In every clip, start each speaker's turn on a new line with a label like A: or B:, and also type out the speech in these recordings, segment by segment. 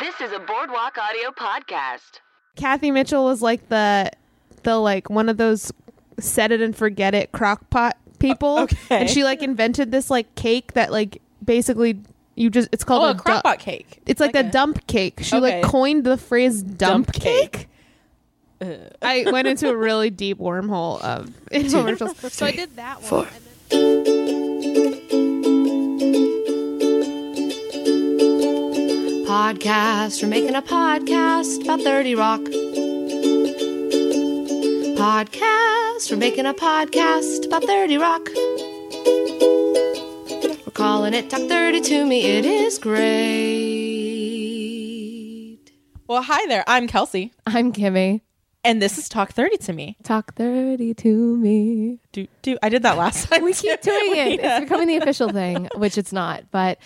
A: This is a Boardwalk Audio podcast.
B: Kathy Mitchell was like the the like one of those set it and forget it crockpot people.
C: okay.
B: And she like invented this like cake that like basically you just it's called
C: Oh, a
B: du-
C: crockpot cake.
B: It's like,
C: Like
B: a,
C: a-
B: dump cake. She like
C: Okay.
B: coined the phrase dump,
C: Dump
B: cake.
C: cake.
B: I went into a really deep wormhole of infomercials. so I did that one. and then-
D: Podcast. We're making a podcast about 30 Rock. Podcast. We're making a podcast about 30 Rock. We're calling it Talk 30 to Me. It is great.
C: Well, hi there. I'm Kelsey,
E: I'm Kimmy.
C: and this is Talk 30 to me.
E: Talk 30 to me.
C: Do do I did that last time.
E: We keep
C: too.
E: doing it.
C: Yeah.
E: It's becoming the official thing, which it's not. But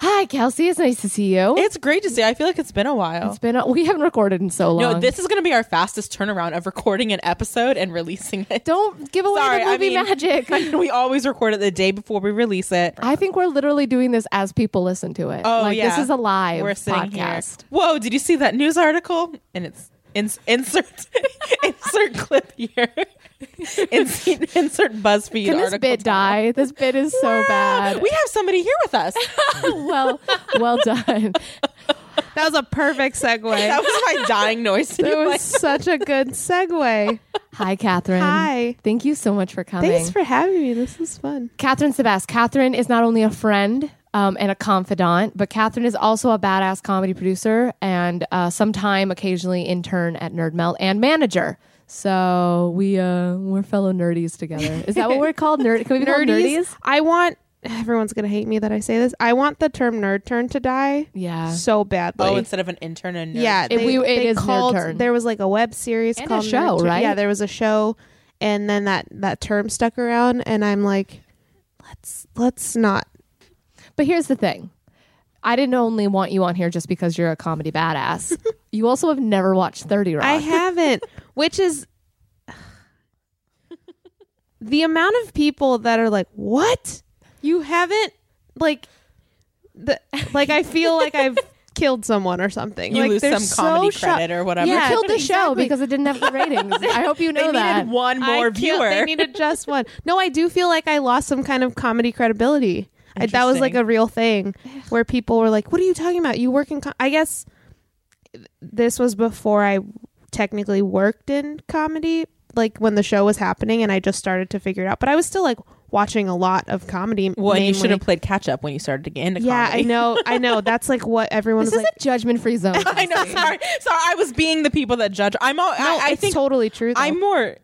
E: hi, Kelsey. It's nice to see you.
C: It's great to see. I feel like it's been a while.
E: it's been a, we haven't recorded in so long.
C: no, this is going to be our fastest turnaround of recording an episode and releasing it.
E: don't give away
C: Sorry,
E: the
C: I
E: movie
C: mean-
E: magic.
C: I mean, we always record it the day before we release it.
E: I think we're literally doing this as people listen to it.
C: Oh
E: like,
C: yeah,
E: This is a live
C: We're sitting
E: podcast.
C: here. Whoa! Did you see that news article? And it's ins- insert insert clip here. insert, insert BuzzFeed.
E: Can this
C: article
E: bit
C: tomorrow.
E: die? This bit is so bad.
C: Ah, We have somebody here with us.
E: well, well done.
B: That was a perfect
C: that
B: segue.
C: was my dying noise. Oh,
B: That was such a good segue.
E: Hi, Catherine.
B: Hi.
E: Thank you so much for coming.
B: Thanks for having me. This is fun.
E: Catherine Sebast. Catherine is not only a friend um, and a confidant, but Catherine is also a badass comedy producer and uh, sometime occasionally intern at NerdMelt and manager. So we uh, we're fellow nerdies together. Is that what we're called? Nerd? Can we be called nerdies?
B: I want everyone's gonna hate me that I say this. I want the term nerd turn to die
E: Yeah.
B: so badly.
C: Oh, instead of an intern and nerd.
B: yeah,
E: It- we- it is nerd
B: called.
E: turn.
B: There was like a web series
E: And a
B: called
E: show,
B: Nerd Turn.
E: right?
B: Yeah, there was a show, and then that that term stuck around, and I'm like, let's let's not.
E: But here's the thing. I didn't only want you on here just because you're a comedy badass. you also have never watched 30 Rock.
B: I haven't, which is the amount of people that are like, "What? You haven't like the like I feel like I've killed someone or something.
C: You
B: like,
C: lose
B: they're
C: some comedy
B: so
C: credit or whatever.
B: Yeah,
E: killed the show
B: exactly.
E: because it didn't have the ratings. I hope you know
C: They needed
E: that.
C: one more
B: I killed-
C: viewer.
B: They needed just one. No, I do feel like I lost some kind of comedy credibility. I, that was like
C: Interesting.
B: a real thing where people were like, "What are you talking about? You work in?" Com-? I guess this was before I technically worked in comedy, like when the show was happening, and I just started to figure it out. But I was still like watching a lot of comedy.
C: well, and you
B: mainly.
C: should have played catch up when you started to get into
B: Yeah, I
C: comedy.
B: know, I know. That's like what everyone
E: This
B: was
E: is
B: like.
E: a judgment free zone.
C: I know. Sorry, sorry. I was being the people that judge. I'm. All, I, I
B: "Oh, it's
C: think
B: totally true. though.
C: I'm more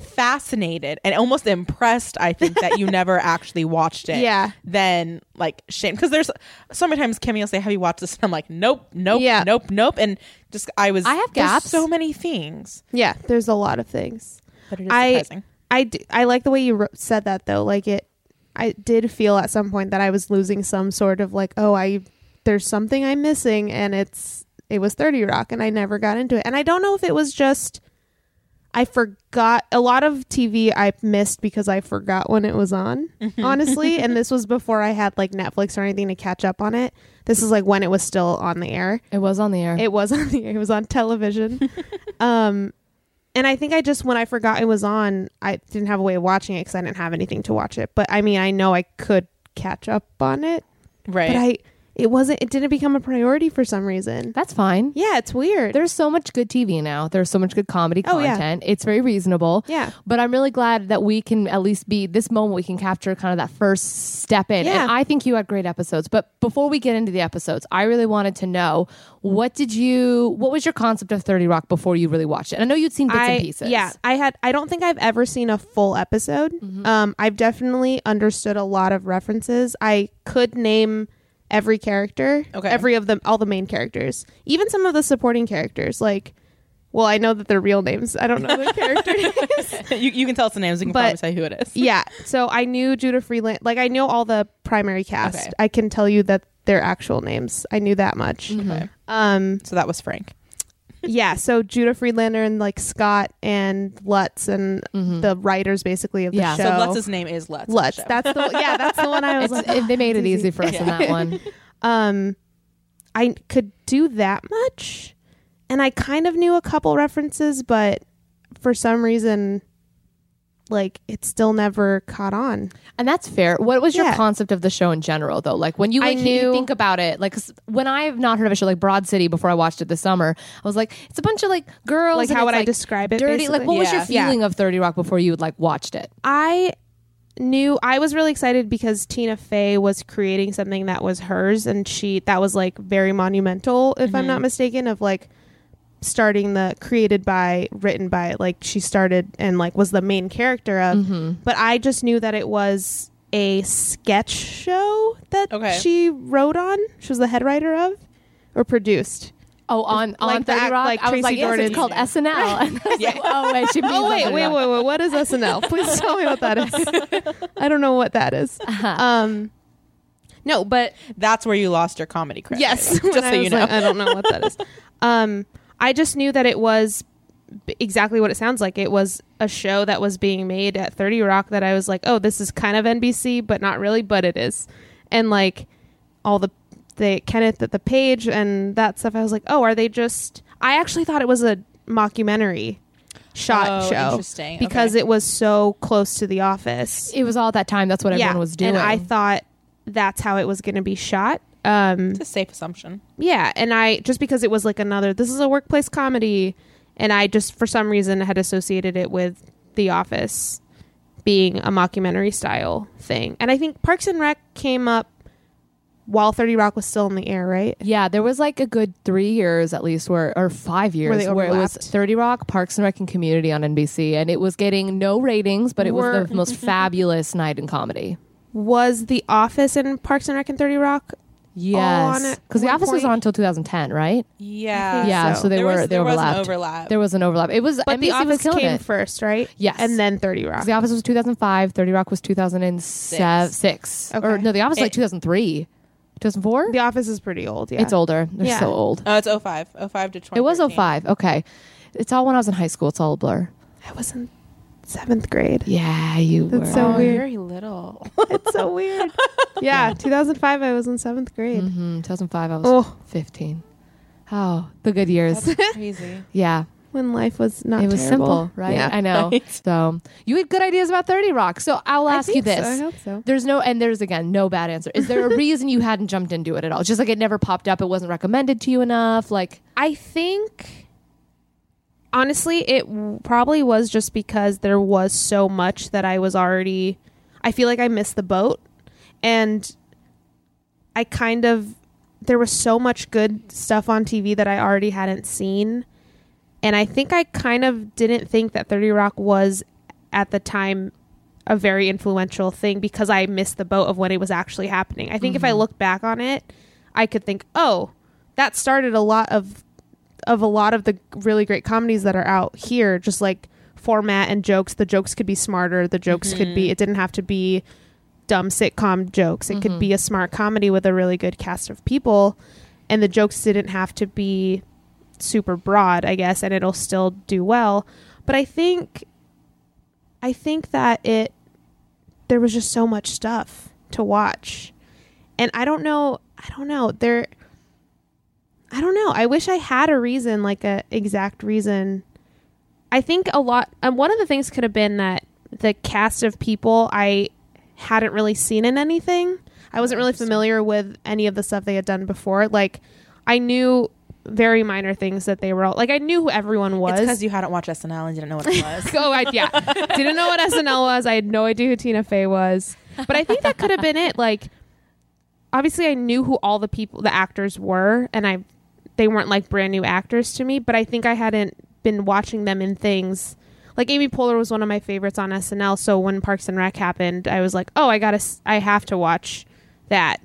C: fascinated and almost impressed. I think that you never actually watched it.
B: Yeah.
C: Than like shame because there's so many times Kimmy will say, "Have you watched this?" And I'm like, "Nope, nope,
B: Yeah.
C: nope, nope." And just I was.
E: I have
C: there's
E: gaps.
C: So many things.
B: yeah. There's a lot of things.
C: But it is
B: I
C: surprising.
B: I do, I like the way you wrote, said that though. Like it, I did feel at some point that I was losing some sort of like, oh, I there's something I'm missing, and it's it was Thirty Rock, and I never got into it, and I don't know if it was just I forgot a lot of TV I missed because I forgot when it was on, honestly, and this was before I had like Netflix or anything to catch up on it. This is like when it was still on the air.
E: It was on the air.
B: It was on the it was on television. um and I think I just when I forgot it was on, I didn't have a way of watching it cuz I didn't have anything to watch it. But I mean, I know I could catch up on it,
C: Right.
B: but I it wasn't it didn't become a priority for some reason.
E: That's fine.
B: Yeah, it's weird.
E: There's so much good TV now. There's so much good comedy
B: Oh, yeah.
E: content. It's very reasonable.
B: Yeah.
E: But I'm really glad that we can at least be this moment we can capture kind of that first step in.
B: Yeah.
E: And I think you had great episodes. But before we get into the episodes, I really wanted to know what did you what was your concept of 30 Rock before you really watched it? And I know you'd seen bits
B: I,
E: and pieces.
B: Yeah, I had. I don't think I've ever seen a full episode.
E: Mm-hmm.
B: Um, I've definitely understood a lot of references. I could name every character,
C: Okay.
B: every of them, all the main characters, even some of the supporting characters. Like, well, I know that they're real names. I don't know their character names.
C: you, you can tell us the names. You can
B: But-
C: probably say who it is.
B: Yeah, so I knew Judah Freeland. Like, I know all the primary cast.
C: Okay.
B: I can tell you that their actual names. I knew that much.
E: Mm-hmm.
C: Okay.
B: Um,
C: So that was Frank.
B: yeah, so Judah Friedlander and like Scott and Lutz and the writers basically of the
E: Mm-hmm.
B: show.
E: Yeah. So
C: So Lutz's name is Lutz. on the
B: Lutz.
C: show.
B: That's the yeah. That's the one I was
E: It's,
B: like.
E: it- they made it easy for us in that one.
B: Um, I could do that much. And I kind of knew a couple references, but for some reason, like it still never caught on.
E: And that's fair. What was your
B: Yeah.
E: concept of the show in general, though? Like when you
B: I
E: like, you
B: knew-
E: think about it, like 'cause when I've not heard of a show like Broad City before, I watched it this summer. I was like, it's a bunch of like girls.
B: Like,
E: and
B: how
E: it's,
B: would I describe it,
E: Dirty. Like,
B: basically?
E: what was your
B: Yeah.
E: feeling of Thirty Rock before you had like watched it?
B: I knew I was really excited because Tina Fey was creating something that was hers and she that was like very monumental if I'm not mistaken of like starting the created by written by like she started and like was the main character of but I just knew that it was a sketch show that
C: Okay.
B: she wrote on she was the head writer of or produced
E: Oh, on on
B: the
E: Thirty
B: act-
E: Rock.
B: like
E: I was
B: Tracy
E: like, yes,
B: Jordan's-
E: it's called SNL. And I was like, oh wait, she means
B: Oh wait,
E: on 30
B: wait,
E: Rock.
B: wait, wait. What is SNL? Please tell me what that is. I don't know what that is. Um, no, but
C: That's where you lost your comedy credit.
B: yes, when
C: just so
B: I
C: you
B: was
C: know.
B: like, I don't know what that is. Um, I just knew that it was b- exactly what it sounds like. It was a show that was being made at Thirty Rock that I was like, oh, this is kind of NBC, but not really, but it is, and like all the the Kenneth at the page and that stuff. I was like, oh, are they just? I actually thought it was a mockumentary shot
C: Oh,
B: show
C: interesting.
B: because
C: Okay.
B: it was so close to the office
E: It was all that time. That's what everyone was doing.
B: and i thought that's how it was going to be shot um
C: it's a safe assumption.
B: yeah and i just because it was like another this is a workplace comedy and i just for some reason had associated it with the office being a mockumentary style thing and i think parks and rec came up while 30 rock was still in the air right
E: Yeah, there was like a good three years at least, where or five years,
B: they
E: where it was
B: overlapped.
E: Thirty Rock, Parks and Rec, and Community on NBC, and it was getting no ratings, but it
B: Were-
E: was the most fabulous night in comedy.
B: was the office in parks and rec and 30 rock on
E: Yes,
B: at
E: because The
B: one
E: Office was
B: point?
E: on until 2010, right?
C: Yeah.
E: Yeah,
B: so.
E: so, they
C: There
E: were
C: was-
E: they
C: there was an
E: overlapped.
C: overlap.
E: There was an overlap. It was
B: but
E: NBC
B: the
E: was
B: office
E: killing
B: came
E: it.
B: first right
E: Yes.
B: and then 30 rock
E: the Office was 2005. Thirty Rock was 2007,
C: Six.
E: six,
B: Okay.
E: or no, The Office was like
C: It-
E: 2003, 2004.
B: the office is pretty old yeah
E: It's older. They're
B: Yeah.
E: so old.
C: Oh, it's 05. 05 to 20.
E: It was 05. Okay, it's all when I was in high school. It's all a blur.
B: i was in seventh grade
E: Yeah, you.
B: That's
E: were.
B: so
E: Oh,
B: weird.
D: Very little.
B: it's so weird. Yeah, 2005, I was in seventh grade.
E: Mm, 2005, I was
B: Oh.
E: 15. Oh, the good years.
C: Crazy.
E: yeah.
B: When life was not
E: It was
B: terrible.
E: simple, right?
B: Yeah.
E: I know.
C: Right.
E: So you had good ideas about 30 Rock. So I'll ask you
B: think so.
E: this.
B: I hope so.
E: There's no, and there's again, no bad answer. Is there a reason you hadn't jumped into it at all? Just like it never popped up. It wasn't recommended to you enough. Like,
B: I think, honestly, it w- probably was just because there was so much that I was already. I feel like I missed the boat. And I kind of. There was so much good stuff on TV that I already hadn't seen. And I think I kind of didn't think that 30 Rock was at the time a very influential thing because I missed the boat of when it was actually happening. I think if I look back on it, I could think, "Oh, that started a lot of of a lot of the really great comedies that are out here just like format and jokes the jokes could be smarter the jokes could be it didn't have to be dumb sitcom jokes it could be a smart comedy with a really good cast of people and the jokes didn't have to be super broad i guess and it'll still do well but i think i think that it there was just so much stuff to watch and i don't know i don't know there I don't know. I wish I had a reason, like a exact reason. I think a lot. Um, one of the things could have been that the cast of people I hadn't really seen in anything. I wasn't really familiar with any of the stuff they had done before. Like, I knew very minor things that they were all like. I knew who everyone
C: It's because
B: was.
C: you hadn't watched SNL and didn't know what it was.
B: Oh, I, yeah. Didn't know what SNL was. I had no idea who Tina Fey was. But I think that could have been it. Like, obviously, I knew who all the people, the actors were, and I, they weren't like brand new actors to me. But I think I hadn't been watching them in things. Like Amy Poehler was one of my favorites on SNL. So when Parks and Rec happened, I was like, oh, I gotta, s- I have to watch that.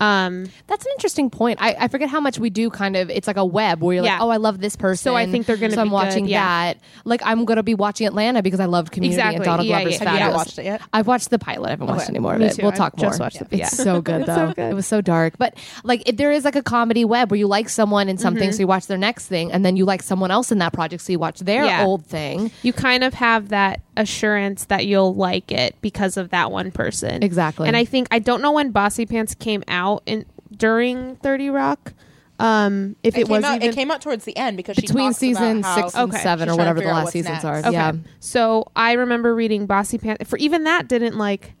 B: Um,
E: that's an interesting point. I, I forget how much we do kind of, it's like a web where you're
B: Yeah.
E: like, oh, I love this person.
B: So I think they're gonna
E: So I'm
B: be good,
E: watching
B: yeah.
E: that. Like, I'm going to be watching Atlanta because I loved Community
B: Exactly.
E: and Donald
B: Yeah,
E: Glover's
B: yeah. Have you not
E: fabulous.
C: watched it yet?
E: I've watched the pilot. I haven't watched any more of
B: Me
E: it.
B: too.
E: We'll
B: I've
E: talk more.
B: just watched the
E: It's so good though.
B: so good.
E: It was so dark, but like if there is like a comedy web where you like someone in something, so you watch their next thing, and then you like someone else in that project, so you watch their
B: Yeah.
E: old thing.
B: you kind of have that assurance that you'll like it because of that one person.
E: Exactly.
B: And I think I don't know when Bossy Pants came out in during 30 Rock, Um, if it,
C: It,
B: was
C: came out,
B: even,
C: it came out towards the end because she
E: between
C: talks about
E: season
C: how
E: six and
B: Okay.
E: seven
C: she's trying to
E: or whatever the
C: figure out
E: last
C: what's
E: seasons
C: next.
E: are.
B: Okay.
E: Yeah.
B: So I remember reading Bossy Pants for even that didn't like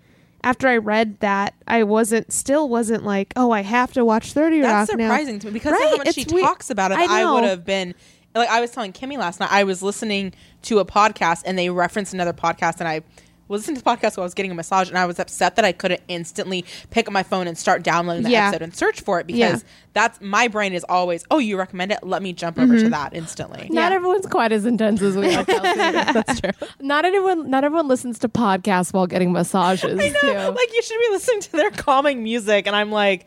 B: after I read that I wasn't still wasn't like oh I have to watch Thirty
C: That's
B: Rock now.
C: surprising to me because
B: Right,
C: of how much
B: it's
C: she
B: we-
C: talks about it. I,
B: I know.
C: would have been like I was telling Kimmy last night. I was listening to a podcast and they referenced another podcast, and I was listening to the podcast while I was getting a massage, and I was upset that I couldn't instantly pick up my phone and start downloading the
B: Yeah.
C: episode and search for it because
B: Yeah.
C: that's my brain is always oh you recommend it, let me jump over
B: Mm-hmm.
C: to that instantly.
E: Not everyone's quite as intense as we are.
C: that's true.
E: not everyone. Not everyone listens to podcasts while getting massages.
C: I know,
E: too.
C: like you should be listening to their calming music, and I'm like.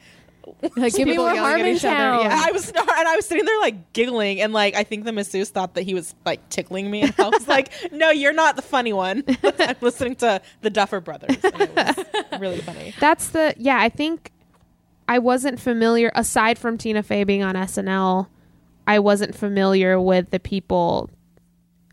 E: Like, give me
B: people
E: more
B: yelling at each other,
E: Harmontown.
B: yeah.
C: I was and I was sitting there like giggling and like I think the masseuse thought that he was like tickling me and I was like, no, you're not the funny one. I'm listening to the Duffer Brothers. And it was really funny.
B: That's the yeah. I think I wasn't familiar aside from Tina Fey being on SNL. I wasn't familiar with the people.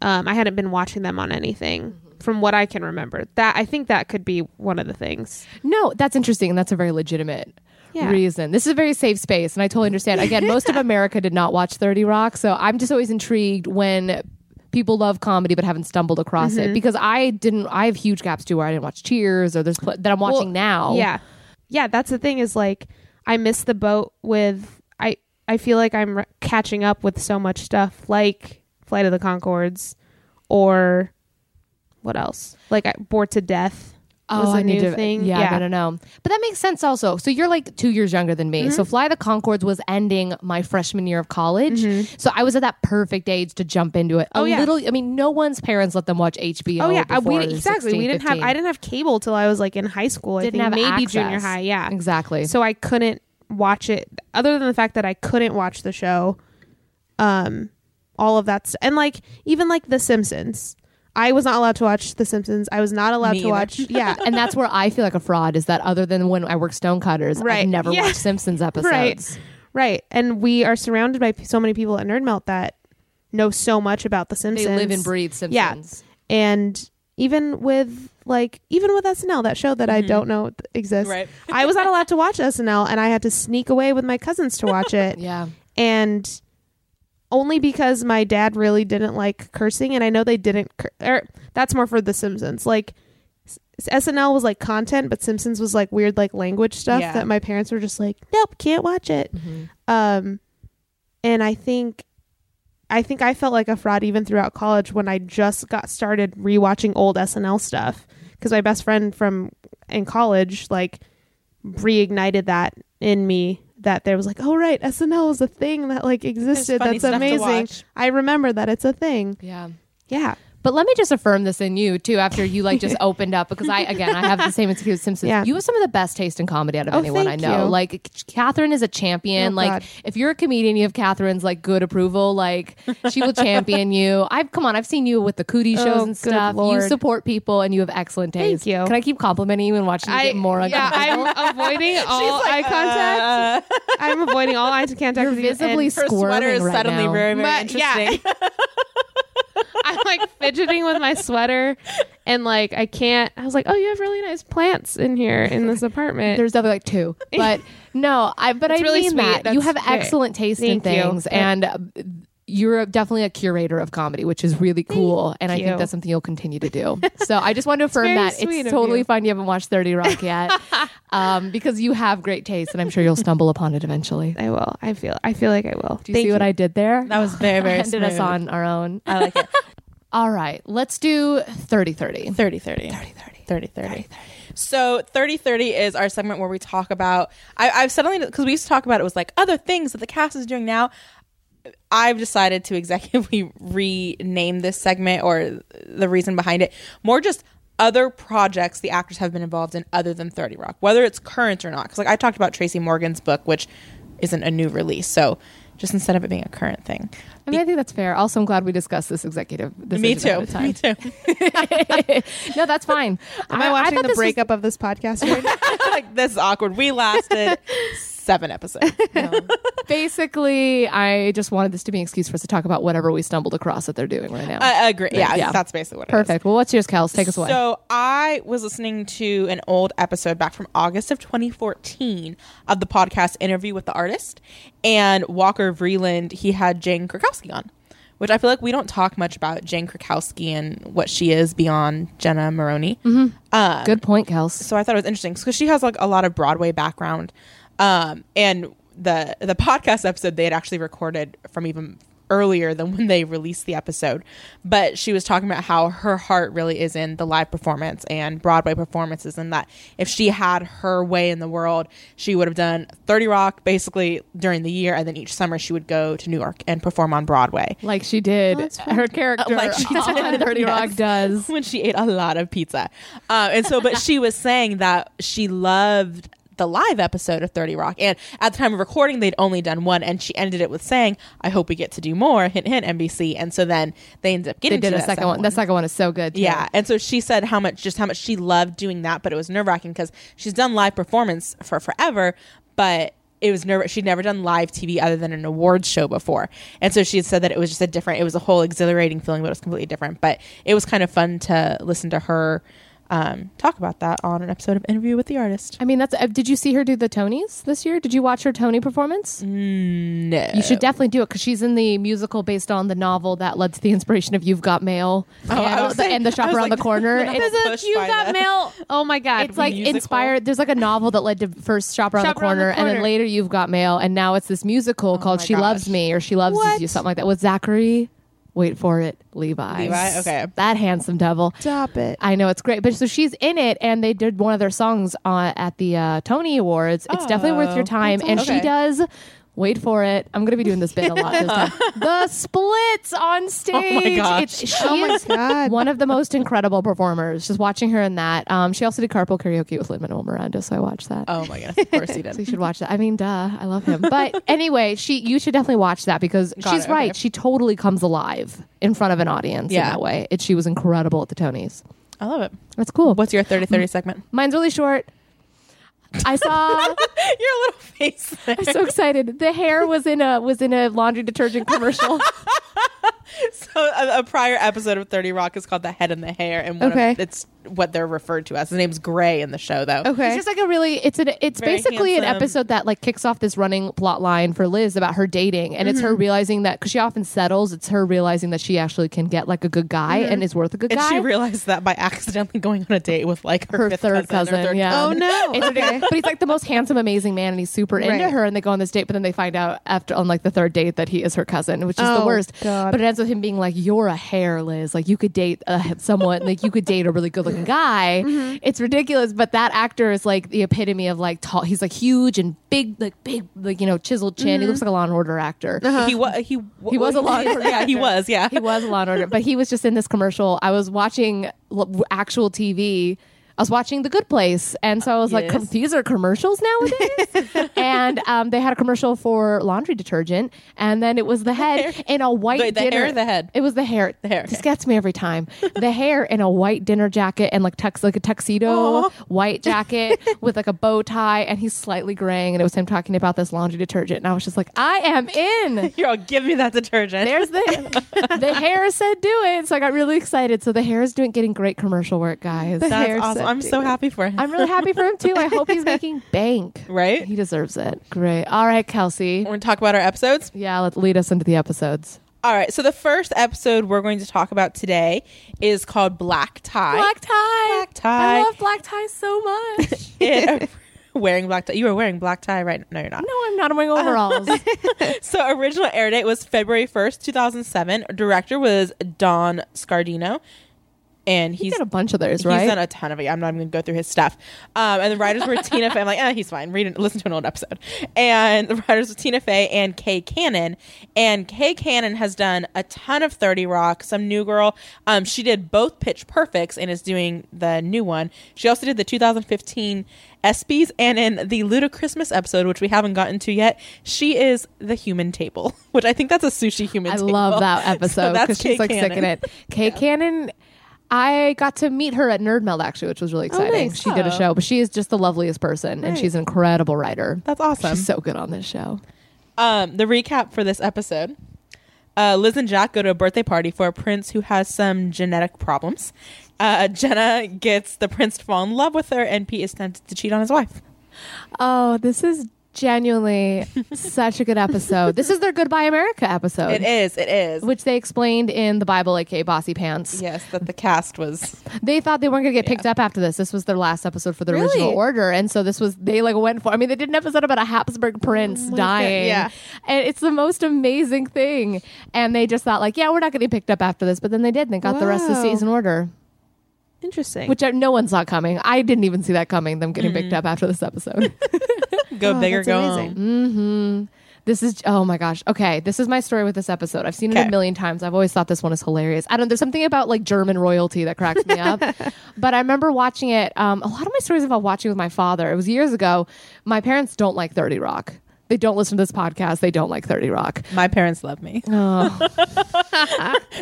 B: Um, I hadn't been watching them on anything
E: Mm-hmm.
B: from what I can remember. That I think that could be one of the things.
E: No, that's interesting. and That's a very legitimate
B: Yeah.
E: reason. This is a very safe space, and I totally understand. Again, most of America did not watch 30 Rock, so I'm just always intrigued when people love comedy but haven't stumbled across
B: Mm-hmm.
E: it because I didn't. I have huge gaps too where I didn't watch Cheers or there's pl- that I'm watching now.
B: Yeah. Yeah, that's the thing is like I miss the boat with I I feel like I'm re- catching up with so much stuff like Flight of the Concords or what else? Like I, Bored to Death was Oh, a
E: Oh, I
B: new
E: need to-
B: thing.
E: Yeah, I don't know. But that makes sense also. So you're like two years younger than me.
B: Mm-hmm.
E: So Fly the Concords was ending my freshman year of college. So I was at that perfect age to jump into it. A
B: Mm-hmm. Oh, yeah.
E: little I mean, no one's parents let them watch HBO.
B: Oh yeah, I- we
E: before
B: didn't- exactly.
E: 16,
B: we didn't have
E: 15.
B: I didn't have cable till I was like in high school. I
E: Didn't
B: think
E: have
B: maybe
E: access.
B: junior high. Yeah,
E: Exactly.
B: So I couldn't watch it. Other than the fact that I couldn't watch the show, um, all of that, st- and like even like The Simpsons, I was not allowed to watch The Simpsons. I was not allowed
C: Me
B: to
C: either.
B: watch. Yeah,
E: and that's where I feel like a fraud is that other than when I worked Stonecutters, I've
B: Right.
E: never
B: Yeah.
E: watched Simpsons episodes.
B: right, right. And we are surrounded by p- so many people at Nerd Melt that know so much about The
E: They
B: Simpsons.
E: live and breathe Simpsons.
B: Yeah. And even with like even with SNL, that show that I don't know th- exists.
C: Right.
B: I was not allowed to watch SNL and I had to sneak away with my cousins to watch it.
E: Yeah.
B: And only because my dad really didn't like cursing and I know they didn't cur- or that's more for the Simpsons. Like S- SNL was like content, but Simpsons was like weird like language stuff
C: Yeah.
B: that my parents were just like, "Nope, can't watch it." Um and I think I think I felt like a fraud even throughout college when I just got started rewatching old SNL stuff because my best friend from in college like reignited that in me that there was like oh right SNL is a thing that like existed
C: funny
B: that's
C: stuff to
B: amazing
C: watch.
B: I remember that it's a thing
E: Yeah.
B: yeah
E: But let me just affirm this in you too. After you like just opened up, because I again I have the same insecurity with Simpsons.
B: Yeah.
E: You have some of the best taste in comedy out of
B: Oh,
E: anyone I
B: thank you.
E: know. Like Catherine is a champion.
B: Oh,
E: like
B: God.
E: if you're a comedian, you have Catherine's like good approval. Like she will champion you. I've come on. I've seen you with the cootie shows
B: Oh,
E: and
B: good
E: stuff. You
B: Lord.
E: support people and you have excellent taste.
B: Thank you.
E: Can I keep complimenting you and watching you get more
B: yeah
E: uncomfortable?
B: I'm avoiding all eye contact
C: "Uh."
B: I'm avoiding all eye contact
E: You're
B: with you, and
E: visibly
C: Her sweater
E: squirming
C: is
E: right
C: suddenly
E: now.
C: very, very
B: But, yeah.
C: interesting.
B: I'm like fidgeting with my sweater and like I can't I was like oh you have really nice plants in here in this apartment
E: There's definitely like two, but no, I but I
B: really
E: mean
B: sweet.
E: that you
B: That's
E: have
B: great.
E: excellent taste in
B: Thank you.
E: things,
B: Yeah.
E: and uh, you're definitely a curator of comedy, which is really cool. and I think
B: you.
E: that's something you'll continue to do. so I just wanted to affirm
B: very
E: that
B: sweet
E: it's
B: of
E: totally
B: you.
E: fine. You haven't watched Thirty Rock yet, um, because you have great taste, and I'm sure you'll stumble upon it eventually.
B: I will I feel I feel like I will
E: Do you see what I did there?
C: That was very, very
E: Ended us
C: smooth.
E: on our own.
C: I like it.
E: All right, let's do 30-30.
C: 30 30 30 30 30 so 30 30 is our segment where we talk about I, i've suddenly because we used to talk about it was like other things that the cast is doing now i've decided to executively rename this segment or the reason behind it more just other projects the actors have been involved in other than 30 rock whether it's current or not because like i talked about tracy morgan's book which isn't a new release so just instead of it being a current thing
E: I mean, I think that's fair. Also, I'm glad we discussed this executive. This
C: me too me too
E: no, that's fine.
B: Am I, watching the
E: thought this was-
B: breakup of this podcast? Right?
C: like this is awkward. We lasted seven episodes.
E: Basically, I just wanted this to be an excuse for us to talk about whatever we stumbled across that they're doing right now.
C: I agree. Yeah,
E: Yeah.
C: that's basically what it is.
E: Perfect. Well, what's yours, Kels? Take us away.
C: Uh, So I was listening to an old episode back from August of 2014 of the podcast interview with the artist and Walker Vreeland. He had Jane Krakowski on, which I feel like we don't talk much about Jane Krakowski and what she is beyond Jenna Maroney. Um,
E: Good point, Kels.
C: so I thought it was interesting because she has like a lot of Broadway background, um, and the the podcast episode they had actually recorded from even earlier than when they released the episode, but she was talking about how her heart really is in the live performance and Broadway performances, and that if she had her way in the world, she would have done Thirty Rock basically during the year, and then each summer she would go to New York and perform on Broadway.
E: Like she did. Her character
C: Like she did.
E: on Dirty
C: Yes.
E: Rock does.
C: when she ate a lot of pizza. Um, and so, but she was saying that she loved the live episode of 30 Rock. And at the time of recording, they'd only done one. And she ended it with saying, I hope we get to do more, hint, hint, NBC. And so then they ended up
E: They
C: getting
E: did
C: to
E: a
C: that
E: second one. That second one is so good. too.
C: yeah. And so she said how much, just how much she loved doing that, but it was nerve wracking because she's done live performance for forever, but it was nerve. She'd never done live TV other than an awards show before, and so she had said that it was just a different. It was a whole exhilarating feeling, but it was completely different. But it was kind of fun to listen to her um, talk about that on an episode of Interview with the Artist.
E: I mean, that's. Uh, did you see her do the Tonys this year? Did you watch her Tony performance?
C: Mm, No,
E: You should definitely do it because she's in the musical based on the novel that led to the inspiration of You've Got Mail
C: Oh, I
E: and,
C: was
E: the,
C: saying-
E: and the
C: I
E: Shop
C: was
E: Around
C: like,
E: the Corner.
C: I'm not
E: It's-
C: pushed by that.
E: Mail.
B: Oh my god,
E: It's like
C: musical?
E: inspired. There's like a novel that led to first Shop Around,
B: Shop
E: the,
B: Around the
E: corner, and then
B: Corner.
E: later You've Got Mail, and now it's this musical called
C: Oh my
E: She
C: gosh.
E: Loves Me or She Loves
C: What?
E: You, something like that with Zachary. Wait for it, Levi.
C: Levi? Okay.
E: that handsome devil.
B: stop it.
E: I know it's great, but so she's in it, and they did one of their songs uh, at the uh, Tony Awards. It's definitely worth
C: Oh,
E: your time, and
C: Okay.
E: she does. Wait for it. I'm going to be doing this bit a lot this time. The splits on stage.
C: Oh gosh.
E: It's, she is
B: God.
E: one of the most incredible performers. Just watching her in that. Um, she also did carpool karaoke with Lin Manuel Miranda, so I watched that.
C: Oh my goodness, of course he
E: So you
C: did.
E: should watch that. I mean, duh, I love him. But anyway, she you should definitely watch that because she's
C: it, okay.
E: right. She totally comes alive in front of an audience
C: Yeah.
E: in that way. It, she was incredible at the Tonys.
C: I love it.
E: That's cool.
C: What's your 30 30 segment?
E: Mine's really short. I saw.
C: your little face. There.
E: I'm so excited. The hair was in a was in a laundry detergent commercial.
C: So a, a prior episode of Thirty Rock is called "The Head and the Hair," and one
B: Okay.
C: of, it's what they're referred to as. The name's Gray in the show, though.
B: Okay.
E: It's just like a really it's an it's
C: Very
E: basically an
C: handsome.
E: episode that like kicks off this running plot line for Liz about her dating and it's
C: Mm-hmm.
E: her realizing that cuz she often settles it's her realizing that she actually can get like a good guy and is worth a good
C: Mm-hmm. And
E: guy.
C: she realized that by accidentally going on a date with like her,
E: her
C: fifth cousin,
E: third cousin,
C: or third
E: yeah.
B: Oh, no.
E: It's
B: Okay.
E: ridiculous. but he's like the most handsome, amazing man, and he's super into
B: Right.
E: her. And they go on this date, but then they find out after on like the third date that he is her cousin, which is the
B: Oh,
E: worst.
B: God.
E: But it ends with him being like, "You're a hair, Liz. Like you could date uh, someone. like you could date a really good-looking guy.
B: Mm-hmm.
E: It's ridiculous." But that actor is like the epitome of like tall. He's like huge and big, like big, like you know, chiseled chin.
B: Mm-hmm.
E: He looks like a Law and Order actor.
B: Uh-huh.
C: He was he,
E: Uh-huh. He was a Law and Order
C: yeah, he
E: actor.
C: was yeah.
E: He was a Law and Order, but he was just in this commercial. I was watching l- actual TV. I was watching The Good Place, and so I was like,
C: Yes.
E: "Com- "These are commercials nowadays." and um, they had a commercial for laundry detergent, and then it was the head in a white
C: Wait, the hair
E: dinner.
C: or the head?
E: It was the hair. The
C: hair,
E: This
C: okay.
E: gets me every time. the hair in a white dinner jacket and like tux, like a tuxedo white jacket with like a bow tie, and he's slightly graying, and it was him talking about this laundry detergent, and I was just like, "I am in."
C: You're all give me that detergent.
E: There's the the hair said do it, so I got really excited. So the hair is doing getting great commercial work, guys.
C: That's
B: hair
C: awesome.
B: set,
C: I'm so
B: dude.
C: happy for him.
E: I'm really happy for him too. I hope he's making bank.
C: Right?
E: he deserves it. Great. All right, Kelsey.
C: We're gonna talk about our episodes.
E: Yeah, let's lead us into the episodes.
C: All right. So the first episode we're going to talk about today is called Black Tie.
E: Black tie.
C: Black tie.
E: I love black tie so much.
C: It- wearing black tie. You were wearing black tie, right? No, you're not.
E: no, I'm not wearing overalls.
C: So original air date was February 1st, 2007. Director was Don Scardino. And
E: he
C: he's
E: did a bunch of those,
C: he's
E: right?
C: done a ton of it. I'm not even going to go through his stuff. Um, and the writers were Tina Fey. I'm like, eh, he's fine. Read it, listen to an old episode. And the writers were Tina Fey and Kay Cannon. And Kay Cannon has done a ton of 30 Rock, some New Girl. Um, she did both Pitch Perfects and is doing the new one. She also did the 2015 ESPYs. And in the Luda Christmas episode, which we haven't gotten to yet, she is the human table, which I think that's a sushi human
E: I
C: table.
E: love that
C: So
E: episode
C: that's
E: because she's
C: Kay
E: like sick in
C: Cannon.
E: it. Kay Cannon. I got to meet her at Nerd Meld actually, which was really exciting.
B: nice.
E: She did a
C: Oh.
E: show, but she is just the loveliest person, and she's an incredible writer.
C: That's awesome.
E: She's so good on this show.
C: um, the recap for this episode. Uh, Liz and Jack go to a birthday party for a prince who has some genetic problems. Uh, Jenna gets the prince to fall in love with her, and Pete is tempted to cheat on his wife.
E: Oh, this is genuinely such a good episode. This is their Goodbye America episode.
C: It is, it is.
E: Oh. Which they explained in the Bible, aka Bossy Pants.
C: Yes, that the cast was.
E: They thought they weren't going to get picked up after this. This was their last episode for the
C: Really?
E: original order, and so this was they like went for. I mean, they did an episode about a Habsburg prince dying.
C: Oh yeah.
E: and it's the most amazing thing. And they just thought like, yeah, we're not getting picked up after this, but then they did. and They got the rest of
B: Wow.
E: the season order,
B: Interesting.
E: which I, no one saw coming. I didn't even see that coming. Them getting picked up after this episode.
C: Go big or
B: that's
C: go
B: amazing.
E: Mm.
C: home.
E: This is oh my gosh. Okay, this is my story with this episode. I've seen it
C: Okay.
E: a million times. I've always thought this one is hilarious. I don't. There's something about like German royalty that cracks me up. But I remember watching it. Um, a lot of my stories about watching with my father. It was years ago. My parents don't like Thirty Rock. They don't listen to this podcast. They don't like Thirty Rock.
C: My parents love me.
E: Oh,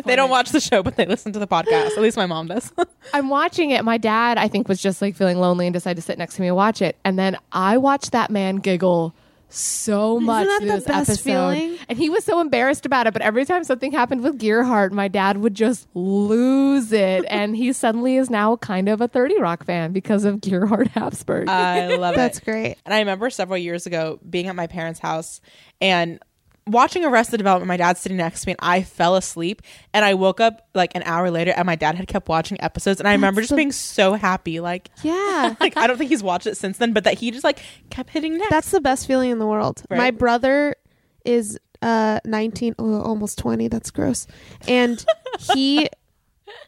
C: they don't watch the show, but they listen to the podcast. At least my mom does.
E: I'm watching it. My dad, I think, was just like feeling lonely and decided to sit next to me and watch it. And then I watched that man giggle so much
B: that
E: through
B: the
E: this
B: best
E: episode.
B: feeling?
E: And he was so embarrassed about it. But every time something happened with Gearhart, my dad would just lose it. and he suddenly is now kind of a 30 Rock fan because of Gearhart Habsburg.
B: Uh,
C: I love
B: That's
C: it.
B: great.
C: And I remember several years ago being at my parents' house and watching Arrested Development. My dad's sitting next to me, and I fell asleep. And I woke up like an hour later, and my dad had kept watching episodes. And I remember
B: That's
C: just
B: the-
C: being so happy, like.
B: Yeah.
C: Like I don't think he's watched it since then, but that he just like kept hitting next.
B: That's the best feeling in the world. My
C: Right.
B: brother is uh 19 oh, almost 20 that's gross and he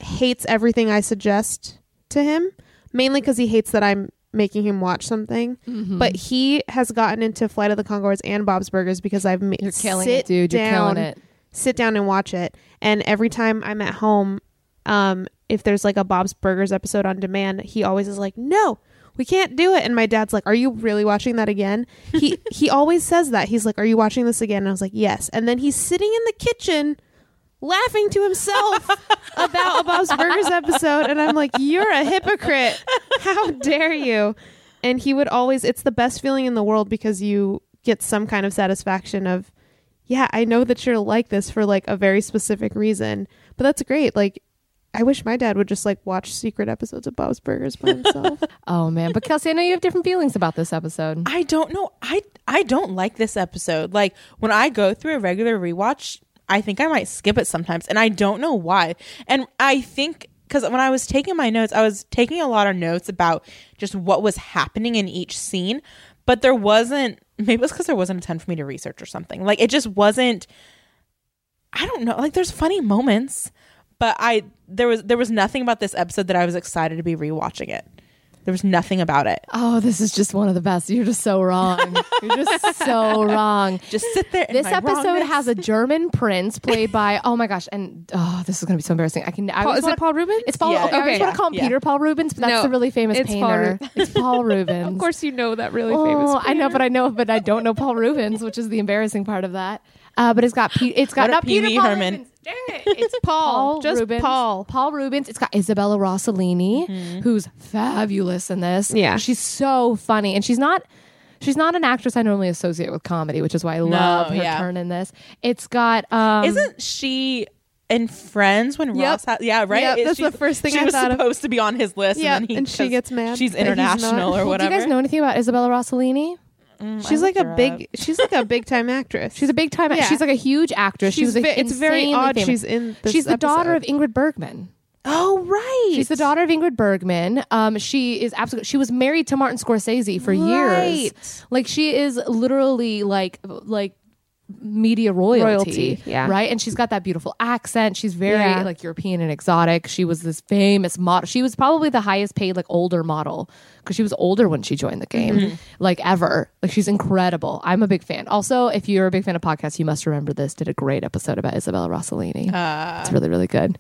B: hates everything i suggest to him mainly because he hates that i'm making him watch something
E: Mm-hmm.
B: but he has gotten into flight of the concords and bob's burgers because i've made
E: You're killing
B: sit
E: it, dude. You're killing
B: down-
E: it.
B: sit down and watch it and every time i'm at home um if there's like a bob's burgers episode on demand he always is like no we can't do it and my dad's like are you really watching that again he he always says that he's like are you watching this again and i was like yes and then he's sitting in the kitchen laughing to himself about a bob's burgers episode and i'm like you're a hypocrite how dare you and he would always it's the best feeling in the world because you get some kind of satisfaction of yeah, I know that you're like this for like a very specific reason, but that's great. Like, I wish my dad would just like watch secret episodes of Bob's Burgers by himself.
E: Oh, man. But Kelsey, I know you have different feelings about this episode.
C: I don't know. I I don't like this episode. Like when I go through a regular rewatch, I think I might skip it sometimes, and I don't know why. And I think because when I was taking my notes, I was taking a lot of notes about just what was happening in each scene, but there wasn't. Maybe it was because there wasn't a ton for me to research or something. Like it just wasn't. I don't know. Like there's funny moments, but I there was there was nothing about this episode that I was excited to be rewatching it. There was nothing about it.
E: Oh, this is just one of the best. You're just so wrong. You're just so wrong.
C: Just sit there. in
E: This
C: my
E: episode
C: wrongness.
E: has a German prince played by oh my gosh, and oh, this is gonna be so embarrassing. I can. I always
B: is it
E: wanna-
B: Paul Rubens?
E: It's Paul.
C: Yeah,
E: okay, I always
C: okay,
E: want to call him
C: yeah.
E: Peter Paul Rubens, but that's
B: No,
E: the really famous
B: it's Paul
E: painter.
B: Rubens.
E: it's Paul Rubens.
B: of course, you know that really famous.
E: Oh, I know,
B: painter.
E: but I know, but I don't know Paul Rubens, which is the embarrassing part of that. Uh, but it's got Pe- it's got
C: What a
E: not Peter
C: Pee Wee
E: Paul
C: Herman.
E: Rubens. Dang it. It's Paul,
B: just
E: Rubens.
B: Paul. Mm-hmm.
E: Paul Rubens. It's got Isabella Rossellini, who's fabulous in this.
B: Yeah.
E: she's so funny, and she's not. She's not an actress I normally associate with comedy, which is why I love her
C: yeah.
E: turn in this. It's got um,
C: Isn't she in Friends when
B: Yep.
C: Ross? Ha- yeah, right.
B: Yep,
C: Is
B: that's
C: she-
B: the first thing
C: she
B: I
C: was
B: thought of.
C: supposed to be on his list.
B: Yeah,
C: and, then he,
B: and she
C: 'cause
B: gets mad
C: She's
B: that he's not.
C: international
B: Well,
C: or
E: Do
C: whatever.
E: you guys know anything about Isabella Rossellini?
B: she's like a
C: her
B: big, she's like a big time actress.
E: She's a big time.
B: Yeah.
E: She's like a huge actress. she
B: She's
E: was like,
B: ve- it's very
E: insanely
B: odd
E: famous.
B: she's in this
E: she's the daughter of
B: episode.
E: Ingrid Bergman.
C: oh right,
E: She's the daughter of Ingrid Bergman. Um, she is absolutely. She was married to Martin Scorsese for years.
B: Right.
E: Like she is literally like like media royalty,
B: Royalty, yeah.
E: right. And she's got that beautiful accent. She's very
B: Yeah.
E: like European and exotic. She was this famous model. She was probably the highest paid like older model because she was older when she joined the game,
B: Mm-hmm.
E: like ever. Like she's incredible. I'm a big fan. Also, if you're a
B: Uh.
E: big fan of podcasts, you must remember this. Did a great episode about Isabella Rossellini. it's really really good.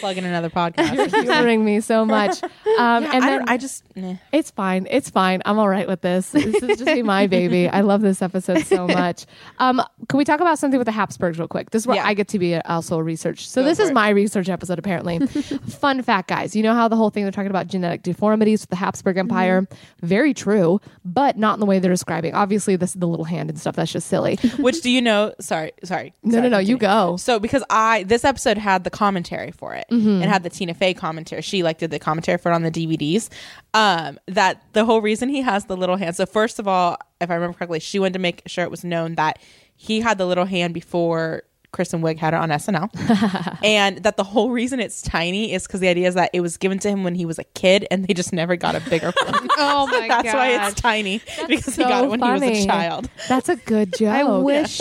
C: Plug in another podcast.
E: humoring me so much. Um, and
C: I,
E: then
C: don't, I just nah.
E: It's fine. It's fine. I'm all right with this. This is just be my baby. I love this episode so much. Um, can we talk about something with the Habsburgs real quick? This is where
C: Yeah.
E: I get to be also a research. So this is my research episode apparently. Fun fact, guys. You know how the whole thing they're talking about genetic deformities with the Habsburg Empire?
C: Mm-hmm.
E: Very true, but not in the way they're describing. Obviously, this the little hand and stuff. That's just silly.
C: Which do you know? Sorry, sorry.
E: No,
C: sorry,
E: no, no. You
C: continue.
E: go.
C: So because I this episode had the commentary for it
E: Mm-hmm.
C: and had the Tina Fey commentary. She like did the commentary for it on the DVDs. Um, that the whole reason he has the little hand. So first of all, if I remember correctly, she wanted to make sure it was known that he had the little hand before Kristen Wiig had it on SNL, and that the whole reason it's tiny is because the idea is that it was given to him when he was a kid, and they just never got a bigger one.
E: Oh my
C: That's why it's tiny because he got it when he was a child.
E: That's a good joke.
B: I wish.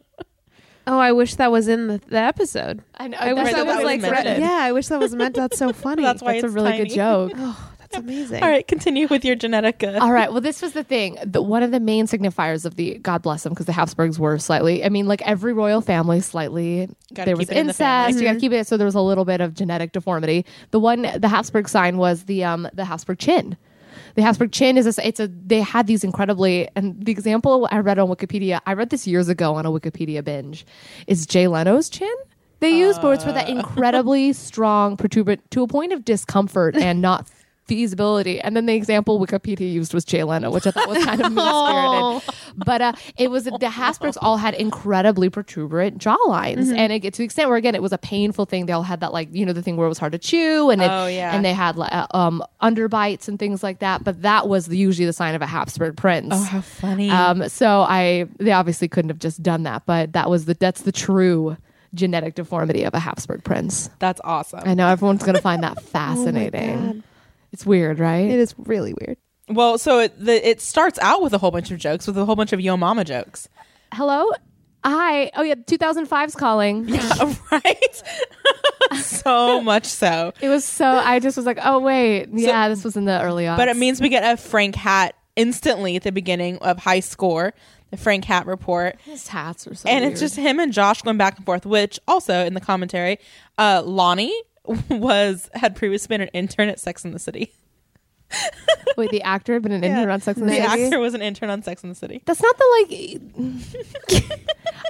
B: oh, I wish that was in the, the episode.
E: I, know,
B: I wish
C: that
B: that was
C: was
B: like
C: mentioned.
B: re- yeah. I wish that was meant. That's so funny.
C: That's why
E: that's a
C: it's
E: really
C: tiny.
E: good joke.
B: Oh, that's amazing.
C: All right, continue with your genetic. uh,
E: All right. Well, this was the thing. The, one of the main signifiers of the God bless them because the Habsburgs were slightly. I mean, like every royal family, slightly
C: Gotta
E: there was
C: keep it in the family.
E: incest. you got to keep it. So there was a little bit of genetic deformity. The one, the Habsburg sign was the um the Habsburg chin. The Habsburg chin is a, it's a they had these incredibly and the example I read on Wikipedia I read this years ago on a Wikipedia binge is Jay Leno's chin. They use boards for that
C: Uh.
E: incredibly strong protuberant to a point of discomfort and not feasibility. And then the example Wikipedia used was Jay Leno, which I thought was kind of mean
C: Oh.
E: spirited. But uh, it was the Haspergs all had incredibly protuberant jawlines,
C: Mm-hmm.
E: and it get to the extent where again it was a painful thing. They all had that like you know the thing where it was hard to chew, and it,
C: Oh, yeah.
E: and they had like, uh, um underbites and things like that. But that was the- usually the sign of a Habsburg prince.
C: Oh, how funny.
E: Um, so I they obviously couldn't have just done that, but that was the that's the true genetic deformity of a Habsburg prince.
C: That's awesome.
E: I know everyone's going to find that fascinating. it's weird, right?
B: It is really weird.
C: Well, so it the, it starts out with a whole bunch of jokes, with a whole bunch of yo mama jokes,
E: Hello? Hi. Oh yeah, 2005's calling.
C: right? so much so,
E: It was so I just was like, "Oh wait, yeah, this was in the early on."
C: but it means we get a Frank Hat instantly at the beginning of High Score, the Frank Hat report,
E: his hats or something.
C: and it's just him and Josh going back and forth. Which also in the commentary, uh, Lonnie was had previously been an intern at Sex in the City.
E: wait, the actor had been an intern on Sex and the,
C: The
E: City?
C: actor was an intern on Sex in the City.
E: That's not the like.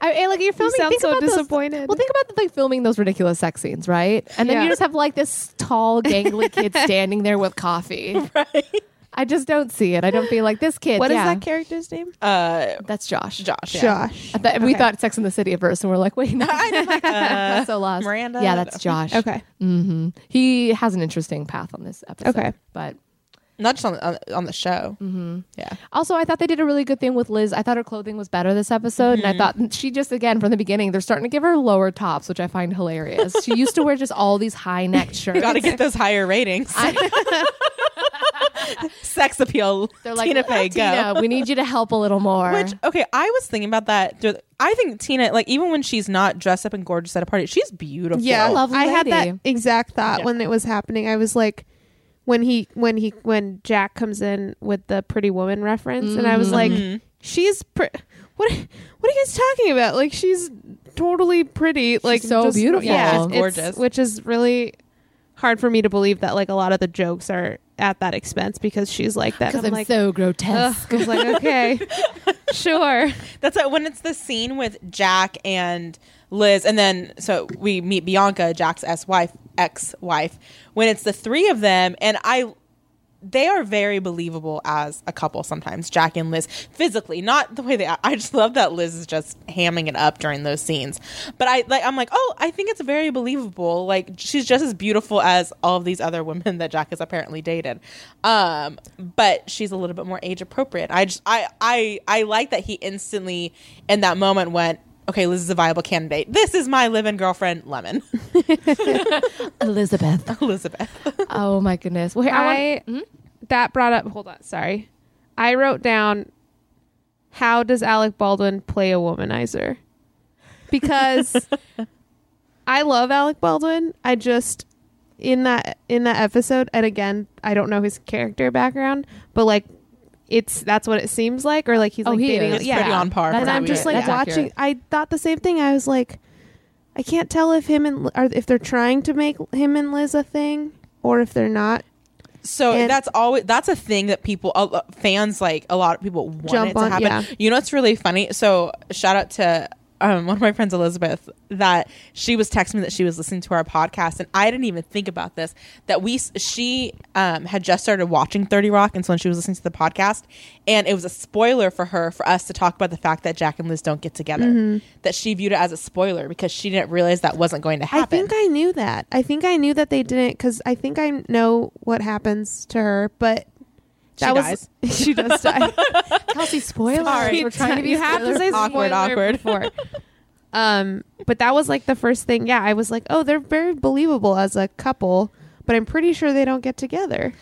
E: I, I- like you're filming.
B: sound
E: think
B: so
E: about those-
B: disappointed.
E: well, think about like filming those ridiculous sex scenes, right? And then
B: Yeah.
E: you just have like this tall, gangly kid standing there with coffee. Right. I just don't see it. I don't feel like this kid.
B: What is
E: yeah,
B: that character's name?
C: Uh,
E: That's Josh.
C: Josh, yeah.
B: Josh.
E: I thought- We thought Sex in the City at first, and we're like, wait, no, I'm so lost.
C: Miranda?
E: Yeah, that's Josh.
B: Okay.
E: He has an interesting path on this episode.
B: Okay.
E: But
C: not just on on, on the show. Mm-hmm. Yeah,
E: Also, I thought they did a really good thing with Liz. I thought her clothing was better this episode, and I thought she just again from the beginning they're starting to give her lower tops, which I find hilarious. she used to wear just all these high neck shirts.
C: got to get those higher ratings. Sex appeal.
E: they're like,
C: Tina Fey,
E: "Tina,
C: go.
E: we need you to help a little more.
C: Which okay, I was thinking about that. through- I think Tina, like even when she's not dressed up and gorgeous at a party, she's beautiful.
B: Yeah,
E: lovely
B: I had that
E: lady.
B: exact thought when it was happening. I was like, when he when he when Jack comes in with the Pretty Woman reference, and I was
E: Mm-hmm.
B: like,
C: Mm-hmm.
B: she's pre- what? What are you guys talking about? Like she's totally pretty. Like
E: so beautiful.
B: Yeah,
E: She's
B: it's-
C: gorgeous.
B: which is really hard for me to believe that like a lot of the jokes are at that expense because she's like that.
E: because
B: And
E: I'm,
B: I'm like,
E: so
B: ugh.
E: grotesque.
B: I was like, okay, sure.
C: That's like when it's the scene with Jack and Liz, and then so we meet Bianca, Jack's ex wife, ex wife. When it's the three of them, and I, they are very believable as a couple sometimes. Jack and Liz, physically, not the way they. act. I just love that Liz is just hamming it up during those scenes. But I like, I'm like, oh, I think it's very believable. Like she's just as beautiful as all of these other women that Jack has apparently dated. Um, but she's a little bit more age appropriate. I just, I, I, I like that he instantly in that moment went. Okay, Liz is a viable candidate. This is my live-in girlfriend, Lemon
E: Elizabeth.
C: Elizabeth.
E: Oh my goodness. Well, here, I, want-
B: I Hmm? that brought up. Hold on, sorry. I wrote down how does Alec Baldwin play a womanizer? Because I love Alec Baldwin. I just in that in that episode, and again, I don't know his character background, but like it's that's what it seems like, or like he's
E: oh,
B: like
E: he
B: dating.
E: is
C: yeah. pretty on par
E: That's
C: for
B: and I'm
C: that
B: just
C: weird.
B: like
E: That's
B: watching.
E: accurate.
B: I thought the same thing. I was like, I can't tell if him and are if they're trying to make him and Liz a thing or if they're not.
C: So
B: And-
C: that's always that's a thing that people a lo- fans like a lot of people want
B: Jump
C: it to
B: on-
C: happen.
B: yeah.
C: You know what's really funny? So shout out to um, one of my friends, Elizabeth, that she was texting me that she was listening to our podcast, and I didn't even think about this. That we s- she um, had just started watching Thirty Rock, and so when she was listening to the podcast, and it was a spoiler for her for us to talk about the fact that Jack and Liz don't get together.
B: Mm-hmm.
C: That she viewed it as a spoiler because she didn't realize that wasn't going to happen.
B: I think I knew that. I think I knew that they didn't because I think I know what happens to her, but
C: She
B: that was
C: dies.
B: she does die.
E: Kelsey, spoilers.
C: Sorry.
E: We're trying to be
B: You have to say
C: Awkward, awkward.
E: Before.
B: um, but that was like the first thing. Yeah, I was like, oh, they're very believable as a couple, but I'm pretty sure they don't get together.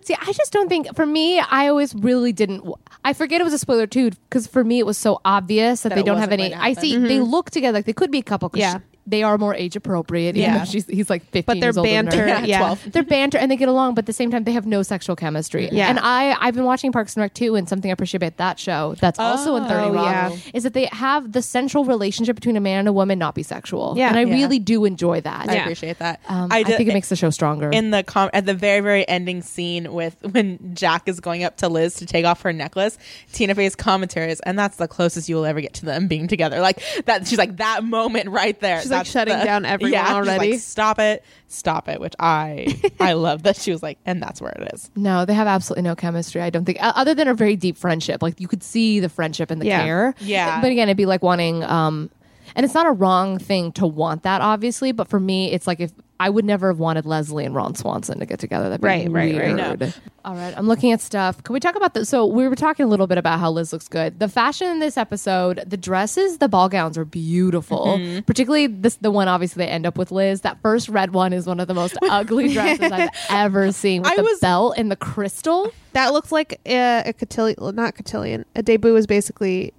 E: See, I just don't think. For me, I always really didn't. I forget it was a spoiler too, because for me it was so obvious that,
C: That
E: they
C: it
E: don't have
C: wasn't
E: any.
C: going to
E: I see they look together like they could be a couple. 'cause
B: Yeah.
E: she- they are more age appropriate. Yeah,
C: Yeah.
E: she's he's like fifteen.
B: But their
E: years older than her.
B: banter, yeah,
C: Yeah, 12.
E: They're banter and they get along, but at the same time, they have no sexual chemistry.
B: Yeah.
E: And I, I've been watching Parks and Rec too, and something I appreciate about that show that's also in 30
B: Oh,
E: Rock
B: yeah.
E: is that they have the central relationship between a man and a woman not be sexual.
B: Yeah.
E: And I
B: Yeah.
E: really do enjoy that.
C: I appreciate that.
E: Um, I,
C: did-
E: think it makes the show stronger.
C: in the com- at the very very ending scene with when Jack is going up to Liz to take off her necklace, Tina Fey's commentary is, and that's the closest you will ever get to them being together. Like that, she's like that moment right there.
B: She's, like,
C: that's
B: shutting down everyone
C: she's
B: already.
C: Like, stop it, stop it. Which I I love that she was like, and that's where it is.
E: No, they have absolutely no chemistry. I don't think, o- other than a very deep friendship. Like you could see the friendship and the
B: Yeah.
E: care.
C: Yeah.
E: But again, it'd be like wanting, um, and it's not a wrong thing to want that, obviously. But for me, it's like if I would never have wanted Leslie and Ron Swanson to get together. That'd be
B: Right, right, right.
E: weird. All right, I'm looking at stuff. Can we talk about the? So we were talking a little bit about how Liz looks good. The fashion in this episode, the dresses, the ball gowns are beautiful.
B: Mm-hmm.
E: Particularly this, the one obviously they end up with Liz. That first red one is one of the most ugly dresses I've ever seen. With
C: I
E: the
C: was-
E: belt and the crystal.
B: That looked like a, a cotillion, not cotillion. A debut was basically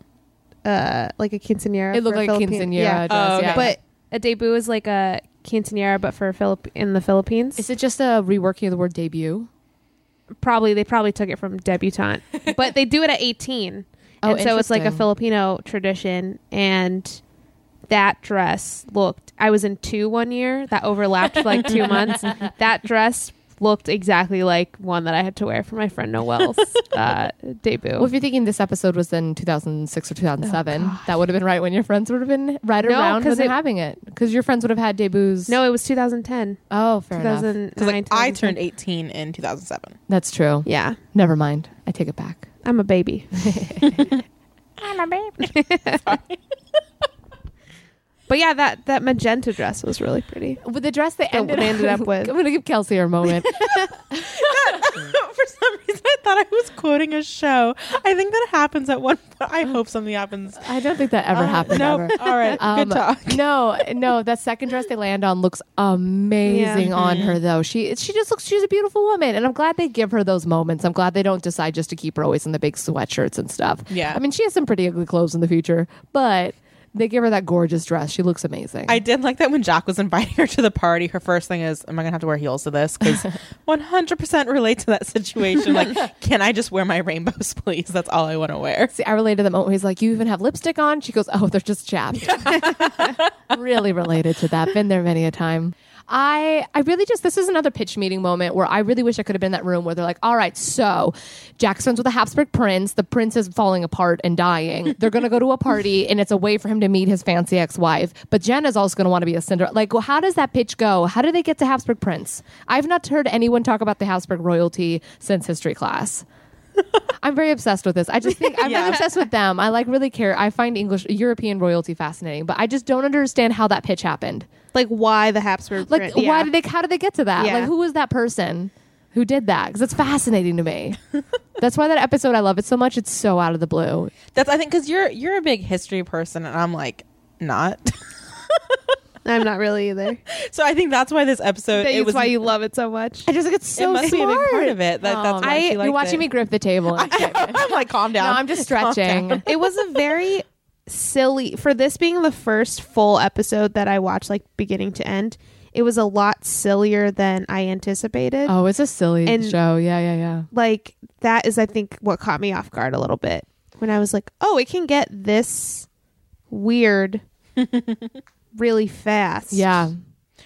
B: uh, like a quinceanera.
E: It looked
B: for
E: like a
B: Philippine-
E: quinceanera
B: yeah. Oh,
E: dress. yeah.
B: But a debut is like a quinceanera, but for Philip in the Philippines.
E: is it just a reworking of the word debut?
B: probably they probably took it from debutante, but they do it at 18.
E: Oh,
B: and so it's like a
E: interesting.
B: Filipino tradition and that dress looked I was in 2 one year that overlapped for like 2 months. That dress looked exactly like one that I had to wear for my friend Noel's uh, debut.
E: Well, if you're thinking this episode was in 2006 or 2007, that would have been right when your friends would have been right
B: Oh, No,
E: around when
B: 'cause
E: they're
B: it-
E: having it, because your friends would have had debuts.
B: no, it was 2010.
E: oh, fair enough.
B: 2009.
C: Because like I
B: 2010.
C: turned eighteen in two thousand seven.
E: That's true.
B: Yeah,
E: Never mind. I take it back.
B: I'm a baby. But yeah, that that magenta dress was really pretty.
E: With the dress they
B: The-
E: ended,
B: they ended up with.
E: I'm gonna give Kelsey her moment.
C: For some reason, I thought I was quoting a show. I think that happens at one. point. I hope something happens.
E: I don't think that ever happened.
C: No,
E: Ever.
C: all right,
E: Um,
C: good talk.
E: Uh, no, no, that second dress they land on looks amazing
B: Yeah.
E: on her though. She she just looks she's a beautiful woman, and I'm glad they give her those moments. I'm glad they don't decide just to keep her always in the big sweatshirts and stuff.
C: Yeah.
E: I mean she has some pretty ugly clothes in the future, but they give her that gorgeous dress. She looks amazing.
C: I did like that when Jack was inviting her to the party. Her first thing is, "Am I gonna have to wear heels to this?" Because one hundred percent relate to that situation. Like, can I just wear my rainbows, please? That's all I want to wear.
E: See, I related to that moment. where He's like, "You even have lipstick on." She goes, "Oh, they're just chapped." really related to that. Been there many a time. I I really just this is another pitch meeting moment where I really wish I could have been in that room where they're like, "All right, so Jack's friends with the Habsburg prince. The prince is falling apart and dying. They're gonna go to a party, and it's a way for him to meet his fancy ex-wife. But Jenna's also gonna want to be a Cinderella. Like, well, how does that pitch go? How do they get to Habsburg prince? I've not heard anyone talk about the Habsburg royalty since history class. I'm very obsessed with this. I just think I'm really obsessed with them. I like really care. I find English European royalty fascinating, but I just don't understand how that pitch happened.
B: Like why the Habsburg
E: Like,
B: print?
E: why
B: Yeah.
E: did they? How did they get to that?
B: Yeah.
E: Like, who was that person who did that? Because it's fascinating to me. That's why that episode I love it so much. It's so out of the blue.
C: That's I think because you're you're a big history person, and I'm like not.
B: I'm not really either.
C: so I think that's why this episode.
B: That's
C: it was
B: why you love it so much.
E: I just think it's so
C: it must
E: smart. Um,
C: be a big part of it. That, that's why
E: I,
C: she
E: you're
C: liked
E: watching
C: it.
E: me grip the table. and excitement.
C: I'm like, calm
E: no,
C: down.
E: I'm just
C: Calm
E: stretching.
C: down.
B: it was a very silly for this being the first full episode that I watched like beginning to end. It was a lot sillier than I anticipated.
E: Oh, it's a silly
B: And-
E: show. Yeah, yeah, yeah.
B: Like that is I think what caught me off guard a little bit when I was like, "Oh, it can get this weird really fast.
E: Yeah.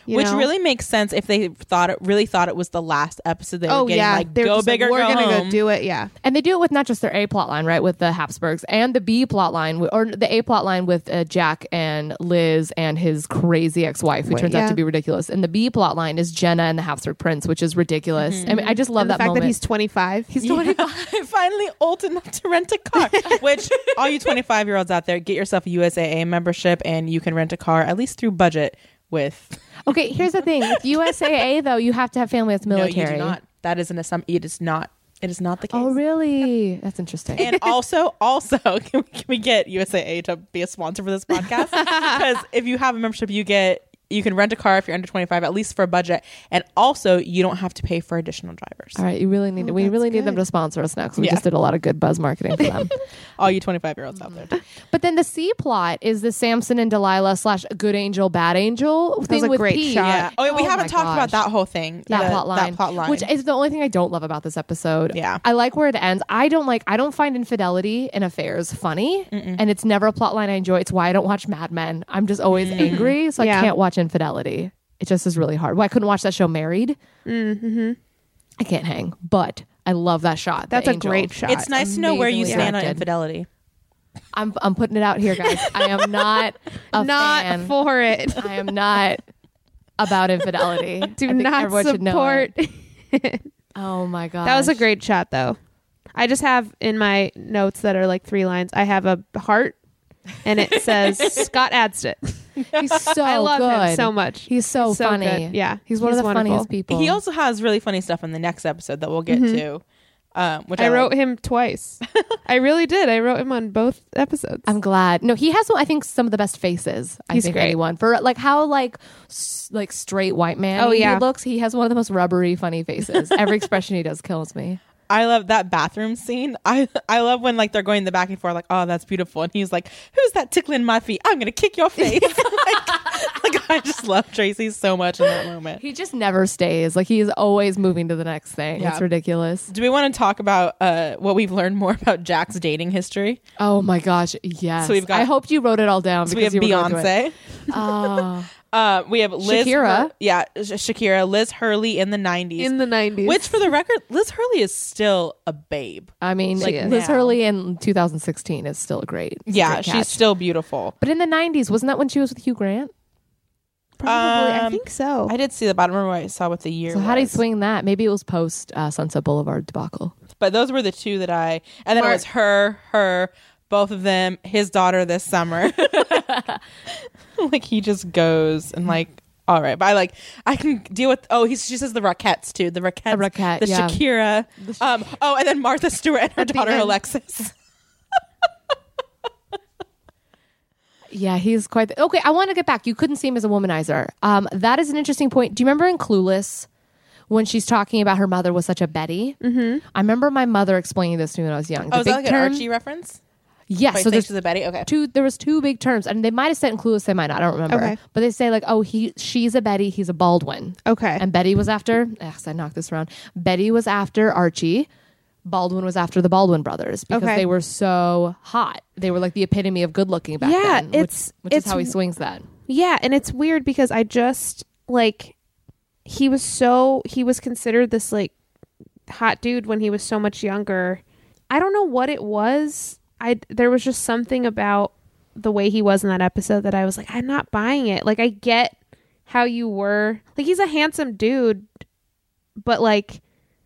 B: you
C: Which
B: know?
C: really makes sense if they thought it really thought it was the last episode they were
B: Oh
C: getting
B: yeah,
C: like
B: they're
C: go
B: just like,
C: big or
B: we're
C: go
B: gonna
C: home.
B: go do it. Yeah,
E: And they do it with not just their A plot line, right? With the Habsburgs and the B plot line, wi- or the A plot line with uh, Jack and Liz and his crazy ex wife, who turns out
B: yeah.
E: to be ridiculous. And the B plot line is Jenna and the Habsburg prince, which is ridiculous.
C: Mm-hmm.
E: I mean, I just love
B: and the
E: that
B: fact
E: moment.
B: that he's twenty five. He's
C: finally old enough to rent a car. Which all you 25 year olds out there, get yourself a USAA membership and you can rent a car at least through budget with
E: okay, here's the thing: with USAA though, you have to have family that's military.
C: No, you do not. That is an assumption. It is not. It is not the case.
E: Oh, really? That's interesting.
C: And also, also, can we, can we get USAA to be a sponsor for this podcast? Because if you have a membership, you get you can rent a car if you're under 25, at least for a budget, and also you don't have to pay for additional drivers.
E: All right, you really need we really need them to sponsor us now because we
C: Oh, Yeah.
E: just did a lot of good buzz marketing for them.
C: All you 25 year olds out
E: uh,
C: there.
E: But then the C plot is the Samson and Delilah slash good angel, bad angel thing
B: was a
E: with
B: great
E: Pete.
B: shot.
C: Yeah. Oh, yeah, we
E: Oh my
C: haven't talked
E: gosh.
C: about that whole thing.
E: That
C: the-
E: plot line.
C: That plot line.
E: Which is the only thing I don't love about this episode.
C: Yeah.
E: I like where it ends. I don't like I don't find infidelity in affairs funny. And it's never a plot line I enjoy. It's why I don't watch Mad Men. I'm just always angry, so I
B: Yeah.
E: can't watch infidelity. It just is really hard. Well, I couldn't watch that show Married. Mm-hmm. I can't hang. But I love that shot. the
B: That's a
E: angel.
B: great shot.
C: it's nice to know where you
E: amazingly
C: stand on
E: directed.
C: infidelity.
E: I'm I'm putting it out here, guys. I am not a
B: not
E: fan.
B: for it.
E: I am not about infidelity. I
B: Do
E: think
B: not
E: everyone should know
B: support.
E: it. Oh my god,
B: That was a great shot, though. I just have in my notes that are like three lines. I have a heart, and it says Scott Adsit.
E: He's so
B: I love him
E: good.
B: so much.
E: He's so,
B: He's so
E: funny.
B: good. Yeah.
E: he's one
B: He's
E: of the
B: wonderful.
E: funniest people.
C: He also has really funny stuff in the next episode that we'll get
E: Mm-hmm.
C: to. Um, which I,
B: I wrote
C: like.
B: him twice. I really did. I wrote him on both episodes.
E: I'm glad. No, he has. I think some of the best faces. I
B: He's
E: think
B: great.
E: anyone for like how like s- like straight white man.
B: Oh, yeah.
E: he looks. He has one of the most rubbery, funny faces. Every expression he does kills me.
C: I love that bathroom scene. I I love when like they're going the back and forth, like, oh, that's beautiful, and he's like, who's that tickling my feet? I'm gonna kick your face. like, like, I just love Tracy so much in that moment.
E: He just never stays. Like he is always moving to the next thing.
C: Yeah.
E: It's ridiculous.
C: Do we want to talk about uh, what we've learned more about Jack's dating history?
E: Oh my gosh, yes.
C: So we've got-
E: I hope you wrote it all down.
C: So we have
E: because you were going through it.
C: Beyonce.
E: Oh,
C: Uh, we have Liz.
E: Shakira.
C: Hur- yeah, Sh- Shakira. Liz Hurley in the '90s.
B: in the 90s.
C: which, for the record, Liz Hurley is still a babe.
E: I mean,
B: She is.
E: Liz
C: Yeah.
E: Hurley in 2016 is still great. It's a
C: Yeah,
E: great
C: she's
E: catch.
C: still beautiful.
E: But in the 90s, wasn't that when she was with Hugh Grant?
B: Probably. I
C: Um,
B: think so.
C: I did see the bottom. I don't remember what I saw what the year.
E: So how do you
C: was.
E: swing that? Maybe it was post uh, Sunset Boulevard debacle.
C: But those were the two that I. And then it was her, her, both of them, his daughter this summer. like he just goes and like. All right, but I like I can deal with. Oh, he's, she says the Rockettes too. The Rockettes,
E: Rockettes,
C: the
E: yeah.
C: Shakira. Um, oh, and then Martha Stewart and her
B: the
C: daughter
B: end.
C: Alexis.
E: Yeah, he's quite. The- okay, I want to get back. You couldn't see him as a womanizer. Um, that is an interesting point. Do you remember in Clueless when she's talking about her mother was such a Betty? Mm-hmm. I remember my mother explaining this to me when I was young. The
C: Oh, is that
E: big
C: like
E: term-
C: an Archie reference?
E: Yeah,
C: Wait,
E: so
C: thanks
E: there's
C: to the Betty. Okay,
E: two there was two big terms and they might have said in clueless they might not i don't remember
B: Okay.
E: but they say like oh he she's a betty he's a baldwin
B: Okay.
E: and betty was after yes i knocked this around betty was after archie baldwin was after the baldwin brothers because
B: Okay.
E: they were so hot they were like the epitome of good looking back
B: Yeah,
E: then which-
B: it's-
E: which,
B: it's-
E: is how he swings that
B: Yeah, and it's weird because I just like he was so he was considered this like hot dude when he was so much younger. I don't know what it was. I there was just something about the way he was in that episode that I was like I'm not buying it. Like I get how you were. Like he's a handsome dude, but like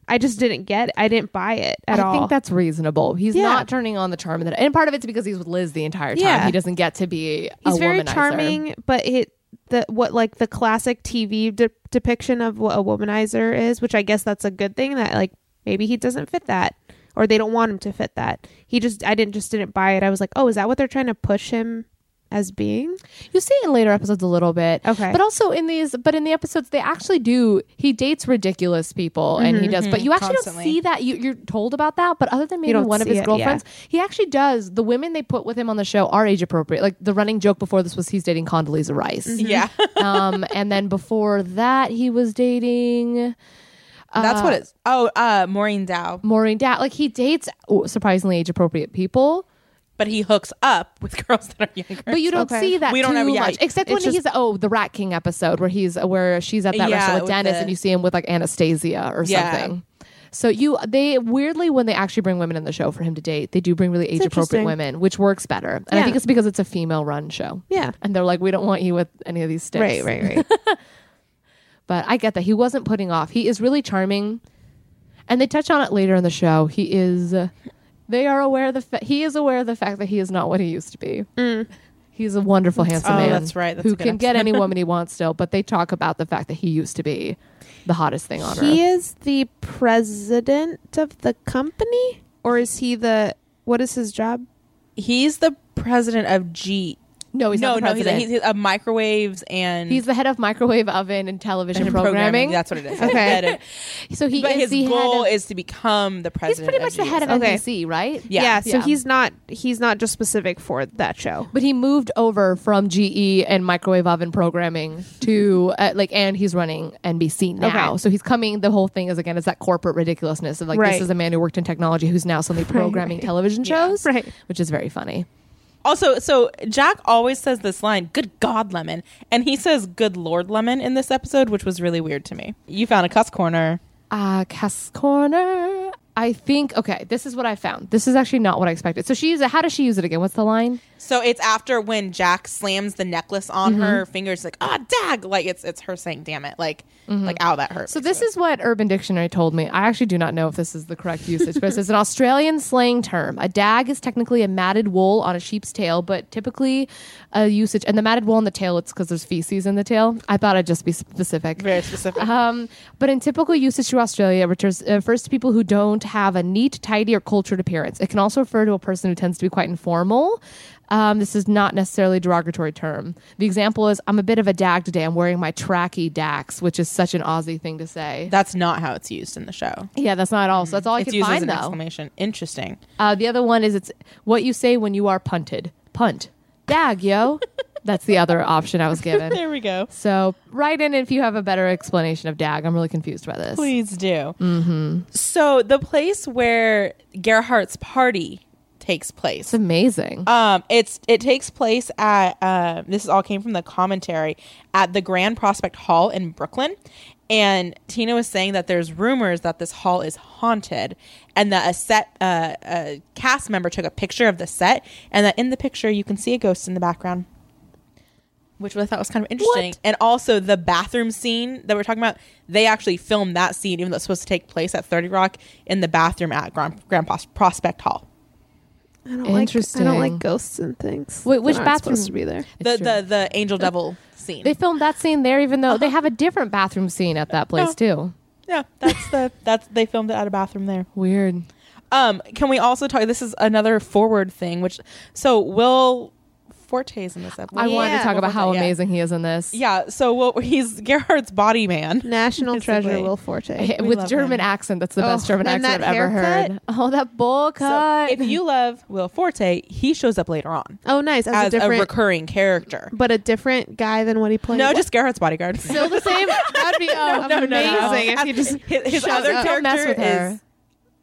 B: I just didn't get it. I didn't buy it at
E: I
B: all.
E: think that's reasonable. He's
B: Yeah.
E: not turning on the charm of that, and part of it's because he's with Liz the entire time.
B: Yeah.
E: He doesn't get to be.
B: he's
E: a
B: very
E: womanizer.
B: charming but it the what like the classic tv de- depiction of what a womanizer is which i guess that's a good thing that like maybe he doesn't fit that or they don't want him to fit that he just i didn't just didn't buy it i was like oh is that what they're trying to push him as being
E: You see it in later episodes a little bit.
B: Okay.
E: But also in these but in the episodes they actually do he dates ridiculous people and he does but you actually
C: Constantly.
E: don't see that you you're told about that, but other than maybe
B: Mm-hmm. don't
E: one of
B: see
E: his
B: it, yeah.
E: girlfriends, he actually does. The women they put with him on the show are age appropriate. Like the running joke before this was he's dating Condoleezza Rice.
B: Mm-hmm.
C: yeah,
E: um and then before that he was dating
C: that's what it's. Oh, uh, Maureen Dow.
E: Maureen Dow. Like he dates oh, surprisingly age appropriate people.
C: but he hooks up with girls that are younger.
E: But you don't
B: Okay.
E: see that
C: We don't
E: too
C: ever- yeah,
E: much, except when it's just- he's oh the Rat King episode where he's where she's at that
C: Yeah,
E: restaurant with
C: with
E: Dennis
C: the-
E: and you see him with like Anastasia or
C: Yeah.
E: something. So you they weirdly when they actually bring women in the show for him to date, they do bring really age appropriate
B: interesting.
E: women, which works better. And I
B: Yeah.
E: think it's because it's a female run show.
B: Yeah.
E: and they're like, we don't want you with any of these sticks.
B: Right, right, right.
E: But I get that he wasn't putting off. He is really charming, and they touch on it later in the show. He is. They are aware of the fa- he is aware of the fact that he is not what he used to be. He's a wonderful, handsome
C: Oh,
E: man.
C: Mm. that's right. That's
E: who
C: a good
E: can get
C: episode.
E: any woman he wants still. But they talk about the fact that he used to be the hottest thing on
B: he
E: earth.
B: is the president of the company, or is he the? What is his job?
C: He's the president of G.
E: No, Oh, he's
C: no,
E: not the
C: no, he's,
E: president.
C: he's, he's of microwaves and
E: He's the head of microwave oven and television
C: and
E: programming.
C: That's what it is.
B: Okay.
C: Head of-
E: so he
C: but
E: is
C: his
E: the
C: goal
E: head of,
C: is to become the
E: he's
C: president.
E: pretty much the head of
C: GSL.
B: Okay.
E: NBC, right?
C: Yeah.
B: so
E: Yeah.
B: he's not. He's not just specific for that show.
E: But he moved over from GE and microwave oven programming to uh, like, and he's running NBC now.
B: Okay.
E: So he's coming. The whole thing is again, it's that corporate ridiculousness of like,
B: Right.
E: this is a man who worked in technology who's now suddenly programming television shows,
B: Right.
E: Which is very funny.
C: Also, so Jack always says this line, "Good God, Lemon," and he says "Good Lord, Lemon" in this episode, which was really weird to me. You found a cuss corner.
E: Uh, Cass Corner. I think okay. This is what I found. This is actually not what I expected. So she uses. How does she use it again? What's the line?
C: So it's after when Jack slams the necklace on
E: Mm-hmm.
C: her fingers, like ah, dag, like it's it's her saying, "Damn it," like like ow, that hurt.
E: Mm-hmm. So this is what Urban Dictionary told me. I actually do not know if this is the correct usage, but it says an Australian slang term. A dag is technically a matted wool on a sheep's tail, but typically a usage and the matted wool on the tail. It's because there's feces in the tail. I thought I'd just be specific.
C: very specific.
E: Um, but in typical usage through Australia, it refers, uh, refers to people who don't have a neat, tidy, or cultured appearance. It can also refer to a person who tends to be quite informal. Um, this is not necessarily a derogatory term. The example is, I'm a bit of a dag today. I'm wearing my tracky dax, which is such an Aussie thing to say.
C: That's not how it's used in the show.
E: yeah, that's not all. So that's all I
C: Mhm. it's
E: can
C: used as
E: find,
C: an
E: though.
C: exclamation. Interesting.
E: Uh, the other one is, it's what you say when you are punted. Punt. Dag, yo. that's the other option I was given.
C: There we go.
E: So write in if you have a better explanation of dag. I'm really confused by this.
C: Please do. Mm-hmm. So the place where Gerhardt's party takes place.
E: It's amazing.
C: Um, it's it takes place at uh, this is all came from the commentary at the Grand Prospect Hall in Brooklyn, and Tina was saying that there's rumors that this hall is haunted, and that a set uh, a cast member took a picture of the set, and that in the picture you can see a ghost in the background, which I thought was kind of interesting. And also the bathroom scene that we're talking about, they actually filmed that scene, even though it's supposed to take place at Thirty Rock in the bathroom at Grand, Grand Pros- Prospect Hall.
B: I don't
E: Interesting.
B: like. I don't like ghosts and things.
E: Wait, which
B: that aren't
E: bathroom-
B: supposed to be there?
C: the,
E: It's true.
C: the the angel devil scene.
E: They filmed that scene there, even though they have a different bathroom scene at that place too.
C: yeah, that's the that's they filmed it at a bathroom there.
E: Weird.
C: Um, can we also talk? This is another forward thing, which so Will Forte's in this episode.
E: I wanted to
B: Yeah.
E: talk about how
C: Yeah.
E: amazing he is in this.
C: Yeah, so Will he's Gerhard's body man.
B: National treasure
C: Basically.
B: Will Forte.
E: Hi-
C: we
E: with
C: love
E: German
C: him.
E: accent, that's the best
B: Oh,
E: German
B: and
E: accent
B: that
E: I've ever
B: haircut.
E: heard. Oh, that bowl
C: So
E: cut.
C: if you love Will Forte, he shows up later on
B: Oh, nice. As,
C: as,
B: a
C: a,
B: different,
C: recurring character.
B: but a different guy than what he played.
C: No,
B: What?
C: just Gerhard's bodyguard.
E: Still the same. That'd be oh,
B: no, no, no.
E: amazing.
B: if he just
C: his, his
B: shows
C: other
B: up.
C: character
E: Don't mess with her.
C: is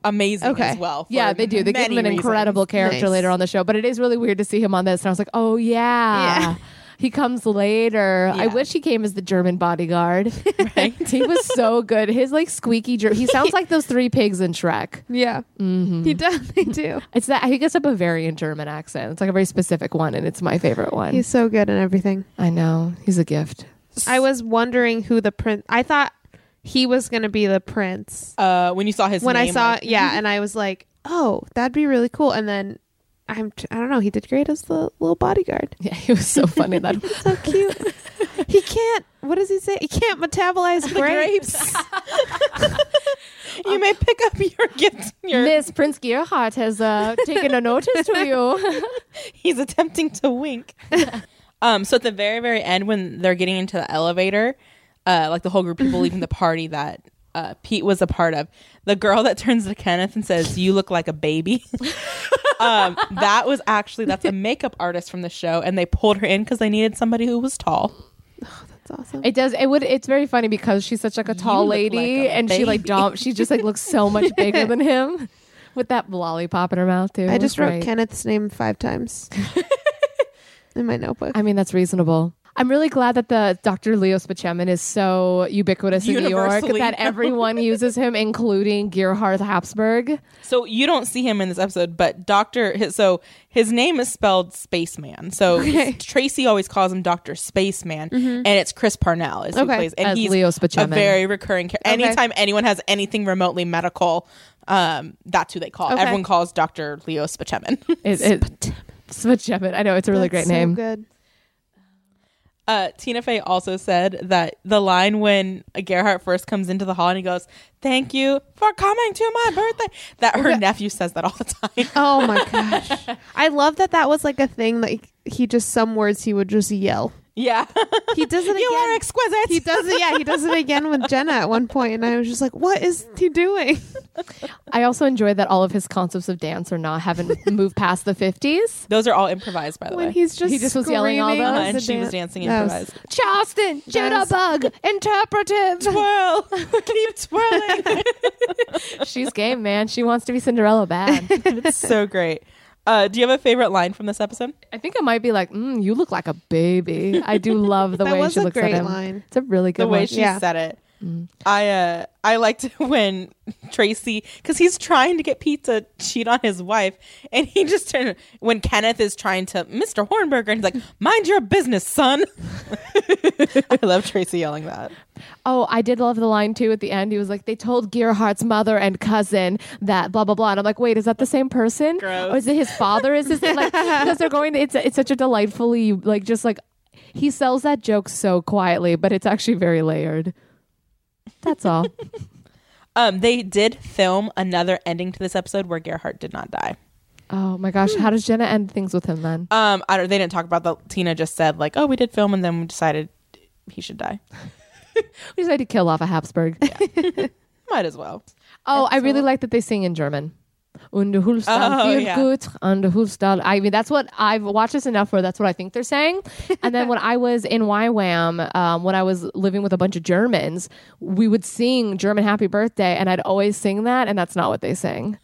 C: amazing
B: Okay.
C: as well. for
E: Yeah, they do. They give
C: many
E: him an
C: reasons.
E: incredible character
B: Nice.
E: later on the show, but it is really weird to see him on this. And I was like, oh yeah,
B: Yeah.
E: he comes later.
C: Yeah.
E: I wish he came as the German bodyguard. he was so good. His like squeaky. Ger- he sounds like those three pigs in Shrek.
B: yeah,
E: Mm-hmm.
B: he does. They do.
E: It's that he gets a Bavarian German accent. It's like a very specific one, and it's my favorite one.
B: He's so good in everything.
E: I know he's a gift.
B: I was wondering who the prince. I thought he was going to be the prince
C: Uh, when you saw his
B: when I
C: name,
B: saw.
C: like,
E: Mm-hmm.
B: yeah, and I was like, oh, that'd be really cool. And then I'm. T- I don't know. He did great as the little bodyguard.
E: Yeah, he was so funny. That
B: So cute. he can't. What does he say? He can't metabolize grapes.
C: grapes. you may pick up your gift. Your,
E: Miss Prince Gerhardt has uh, taken a notice to you.
C: he's attempting to wink. um, so at the very, very end, when they're getting into the elevator, uh, like the whole group of people leaving the party that uh, Pete was a part of, the girl that turns to Kenneth and says, "You look like a baby." um, that was actually that's a makeup artist from the show, and they pulled her in because they needed somebody who was tall.
B: That's awesome.
E: It does. It would. It's very funny because she's such like a tall
C: look
E: lady,
C: like a
E: and she like
C: baby.
E: dom. She just like looks so much bigger than him. with that lollipop in her mouth too.
B: I just wrote
E: Right.
B: Kenneth's name five times in my notebook.
E: I mean, that's reasonable. I'm really glad that the Dr. Leo Spachemin is so ubiquitous in New York
C: Universally
E: that
C: known.
E: everyone uses him, including Gerhard Habsburg.
C: So you don't see him in this episode, but Doctor. His, so his name is spelled Spaceman. So Tracy always calls him Doctor Spaceman, and it's Chris Parnell is who
B: Mm-hmm. Okay.
C: plays, and
E: As
C: he's
E: Leo
C: a
E: Spaceman.
C: very recurring character.
B: Okay.
C: Anytime anyone has anything remotely medical, um, that's who they call.
B: Okay.
C: Everyone calls Doctor Leo Spaceman.
E: It, it, Spachemin. I know it's a really
B: That's
E: great name.
B: So good.
C: Uh, Tina Fey also said that the line when Gerhardt first comes into the hall and he goes, "Thank you for coming to my birthday," that her nephew says that all the time.
B: Oh my gosh. I love that that was like a thing. Like he just some words he would just yell.
C: yeah,
B: He does it
C: you are
B: again.
C: exquisite.
B: he does it. Yeah, he does it again with Jenna at one point, and I was just like, "What is he doing?"
E: I also enjoy that all of his concepts of dance are not haven't moved past the 50s.
C: Those are all improvised, by the way. Uh,
B: When he's just
E: He just was yelling all
B: screaming
E: those.
B: as
C: and
B: a
C: she was
B: dan-
C: dancing
B: That was-
C: improvised.
E: Charleston,
B: Yes.
E: jitterbug, interpretive.
C: Twirl, keep twirling.
E: She's game, man. She wants to be Cinderella bad.
C: it's so great. Uh, do you have a favorite line from this episode?
E: I think I might be like, mm, you look like a baby. I do love the
B: That
E: way
B: was
E: she
B: a
E: looks
B: great
E: at him.
B: line.
E: It's a really good
C: the way
E: one.
C: she
B: Yeah. Mm.
C: said it. I uh I liked when Tracy because he's trying to get Pete to cheat on his wife, and he just turned when Kenneth is trying to Mr. Hornberger, and he's like, "Mind your business, son." I love Tracy yelling that.
E: Oh, I did love the line too at the end. He was like, they told Gearhart's mother and cousin that blah blah blah. And I'm like, wait, is that the same person?
C: Gross.
E: Or is it his father? Is this like because they're going? It's it's such a delightfully like just like he sells that joke so quietly, but it's actually very layered. That's all.
C: Um, they did film another ending to this episode where Gerhardt did not die.
E: oh my gosh, how does Jenna end things with him then?
C: Um, I don't. They didn't talk about the Tina just said like, "Oh, we did film," and then we decided he should die.
E: We decided to kill off a Habsburg.
C: Might as well.
E: Oh, I really like that they sing in German. Und Hulstal
C: Oh,
E: viel
C: yeah.
E: gut, und Hulstal. I mean, that's what I've watched this enough where that's what I think they're saying. And then when I was in YWAM, um, when I was living with a bunch of Germans, we would sing German Happy Birthday, and I'd always sing that, and that's not what they sing.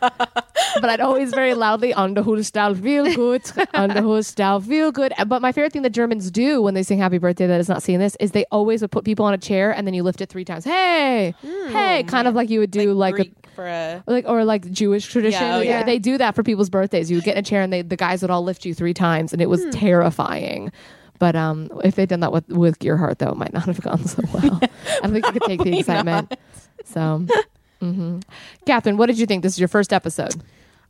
E: but I'd always very loudly, und Hulstal viel gut, und Hulstal viel gut. But my favorite thing the Germans do when they sing Happy Birthday that is not seen in this is they always would put people on a chair, and then you lift it three times. Hey, hey, kind of like you would do like, with-
C: Hmm. Greek for a
E: like or like Jewish tradition.
C: Yeah, oh, yeah.
E: They do that for people's birthdays. You would get in a chair and they, the guys would all lift you three times, and it
B: Hmm.
E: was terrifying. But um, if they'd done that with with Gearhart, though, it might not have gone so well. I don't think you could take the excitement. So, mhm. Catherine, what did you think? This is your first episode.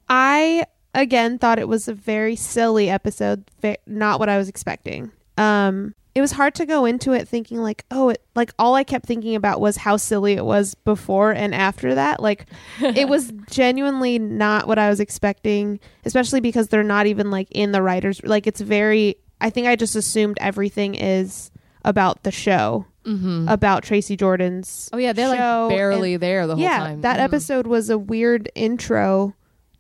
B: I again thought it was a very silly episode, ve- not what I was expecting. Um, it was hard to go into it thinking like, oh, it like all I kept thinking about was how silly it was before and after that. Like, it was genuinely not what I was expecting, especially because they're not even like in the writers. Like, it's very. I think I just assumed everything is about the show, about Tracy Jordan's.
E: Uh, Oh yeah, they're
B: Mm-hmm. show
E: like barely
B: and-
E: there the whole
B: yeah,
E: time. Mm-hmm.
B: That episode was a weird intro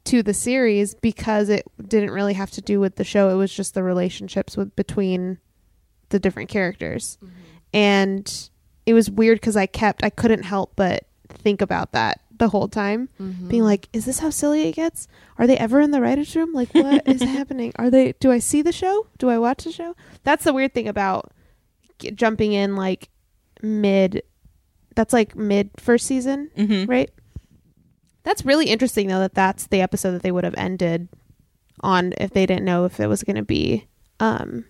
B: to the series because it didn't really have to do with the show. It was just the relationships with between the different characters.
E: Mm-hmm.
B: And it was weird cuz I kept I couldn't help but think about that the whole time.
E: Mm-hmm.
B: Being like, is this how silly it gets? Are they ever in the writers room? Like what is happening? Are they do I see the show? Do I watch the show? That's the weird thing about g- jumping in like mid that's like mid first season,
C: mm-hmm.
B: right? That's really interesting though that that's the episode that they would have ended on if they didn't know if it was going to be um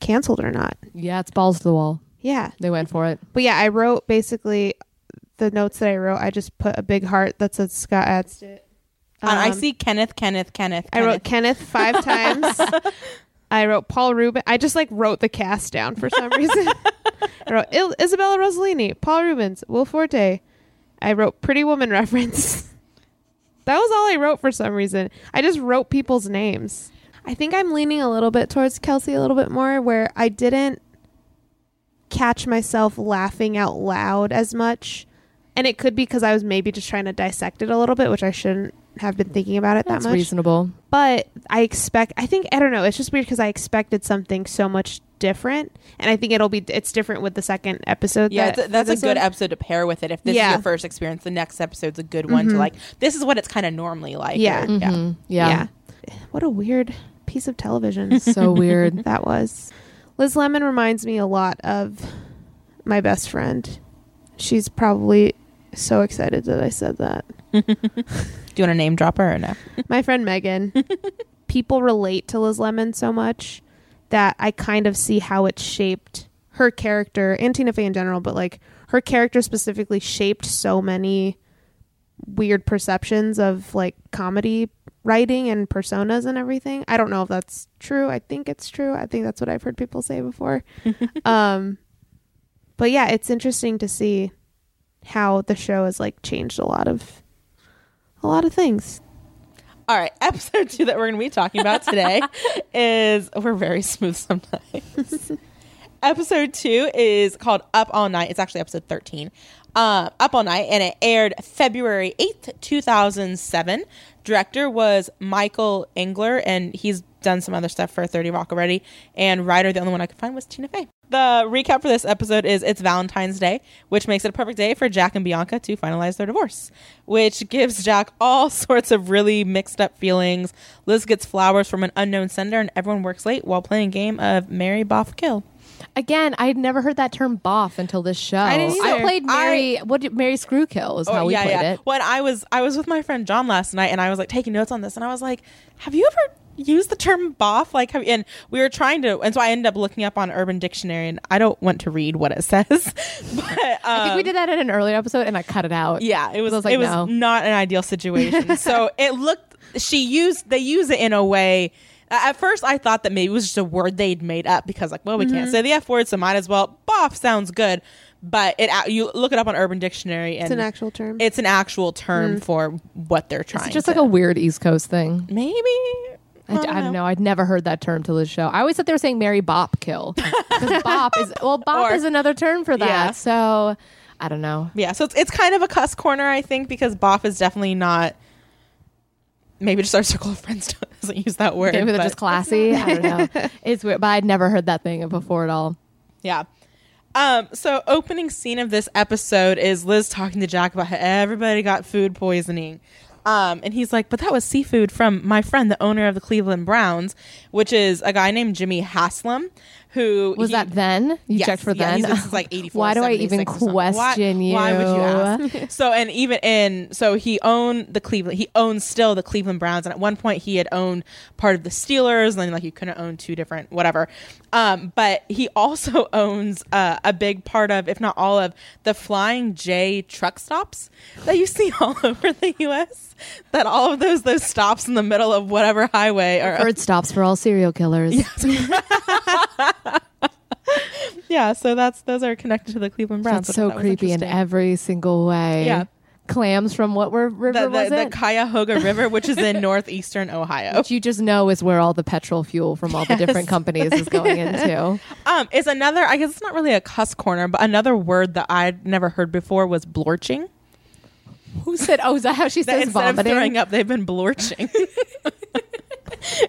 B: canceled or not.
E: yeah, it's balls to the wall.
B: Yeah.
E: They went for it.
B: But yeah, I wrote basically the notes that I wrote, I just put a big heart that said Scott adds it.
C: and I see Kenneth, Kenneth, Kenneth.
B: um, I wrote
C: Kenneth.
B: Kenneth 5 times. I wrote Paul Rubin. I just like wrote the cast down for some reason. I wrote Il- Isabella Rossellini, Paul Rubens, Will Forte. I wrote Pretty Woman reference. that was all I wrote for some reason. I just wrote people's names. I think I'm leaning a little bit towards Kelsey a little bit more, where I didn't catch myself laughing out loud as much. And it could be because I was maybe just trying to dissect it a little bit, which I shouldn't have been thinking about it
E: That's
B: that much
E: reasonable.
B: but I expect I think I don't know, it's just weird cuz I expected something so much different, and I think it'll be it's different with the second episode.
C: Yeah,
B: that-
C: it's- that's a
B: this
C: good
B: one.
C: episode to pair with it. If this is
B: Yeah. Mm-hmm.
C: your first experience, the next episode's a good one to like. This is what it's kind of normally like.
B: Yeah. Mm-hmm.
C: or-
E: Mm,
B: Yeah.
E: yeah.
B: What a weird piece of television
E: So weird.
B: that was. Liz Lemon reminds me a lot of my best friend. She's probably so excited that I said that.
C: Do you want a name dropper or no?
B: my friend Megan. People relate to Liz Lemon so much that I kind of see how it shaped her character and Tina Fey in general, but like her character specifically shaped so many weird perceptions of like comedy writing and personas and everything. I don't know if that's true. I think it's true. I think that's what I've heard people say before. um but yeah, it's interesting to see how the show has like changed a lot of a lot of things.
C: All right, episode two that we're going to be talking about today is we're very smooth sometimes. episode two is called Up All Night. It's actually episode 13. Uh, Up All Night, and it aired February 8th, 2007. Director was Michael Engler, and he's done some other stuff for 30 Rock already. And writer, the only one I could find, was Tina Fey. The recap for this episode is it's Valentine's Day, which makes it a perfect day for Jack and Bianca to finalize their divorce, which gives Jack all sorts of really mixed up feelings. Liz gets flowers from an unknown sender, and everyone works late while playing a game of Mary Boff Kill.
E: Again, I had never heard that term "boff" until this show. I,
C: didn't either. Oh,
E: played Mary. what did, Mary Screwkill is how we played it.
C: When I was I was with my friend John last night, and I was like taking notes on this, and I was like, "Have you ever used the term boff?" Like, have, and we were trying to, and so I ended up looking up on Urban Dictionary, and I don't want to read what it says, but uh,
E: I think we did that in an earlier episode, and I cut it out.
C: um, Yeah, it was,
E: I was like,
C: it was
E: no.
C: not an ideal situation. so it looked she used they use it in a way uh, at first I thought that maybe it was just a word they'd made up because like well we
E: Mm-hmm.
C: can't say the F word so might as well boff sounds good but it out- you look it up on urban dictionary and
B: It's an actual term.
C: it's an actual term for what they're trying
E: It's Mm. just
C: to-
E: like a weird East Coast thing.
C: maybe
E: I, d- I don't know. I'd never heard that term till this show. I always thought they were saying Mary Bop kill. 'Cause bop is well, bop
C: Or-
E: is another term for that.
C: Yeah.
E: So I don't know.
C: yeah so it's, it's kind of a cuss corner I think because boff is definitely not maybe just our circle of friends doesn't use that word
E: Maybe they're
C: but-
E: just classy. I don't know. It's weird, but I'd never heard that thing before at all.
C: Yeah. Um, so opening scene of this episode is Liz talking to Jack about how everybody got food poisoning. Um, and he's like, but that was seafood from my friend, the owner of the Cleveland Browns, which is a guy named Jimmy Haslam, who
E: Was
C: he-
E: that then? You
C: Yes,
E: checked for
C: yeah,
E: then?
C: he's- this is like 84.
E: Why do I
C: 76
E: even
C: or something. Why-
E: question you?
C: Why would you ask? so, and even in, so he owned the Cleveland, he owns still the Cleveland Browns. And at one point he had owned part of the Steelers. And then like you couldn't own two different, whatever. Um, but he also owns uh, a big part of, if not all of, the Flying J truck stops that you see all over the U.S. That all of those, those stops in the middle of whatever highway are
E: Bird stops for all serial killers.
C: Yeah, so that's those are connected to the Cleveland Browns.
E: That's
C: which I
E: so
C: thought was
E: creepy in
C: interesting.
E: every single way.
C: Yeah.
E: Clams from what were river
C: the,
E: was
C: the, the
E: it?
C: Cuyahoga River, which is in northeastern Ohio,
E: Which you just know is where all the petrol fuel from all the different companies is going into.
C: um, is another. I guess it's not really a cuss corner, but another word that I'd never heard before was blorching.
E: Who said? Oh, is that how she
C: That
E: says
C: instead
E: vomiting?
C: of throwing up, they've been blorching,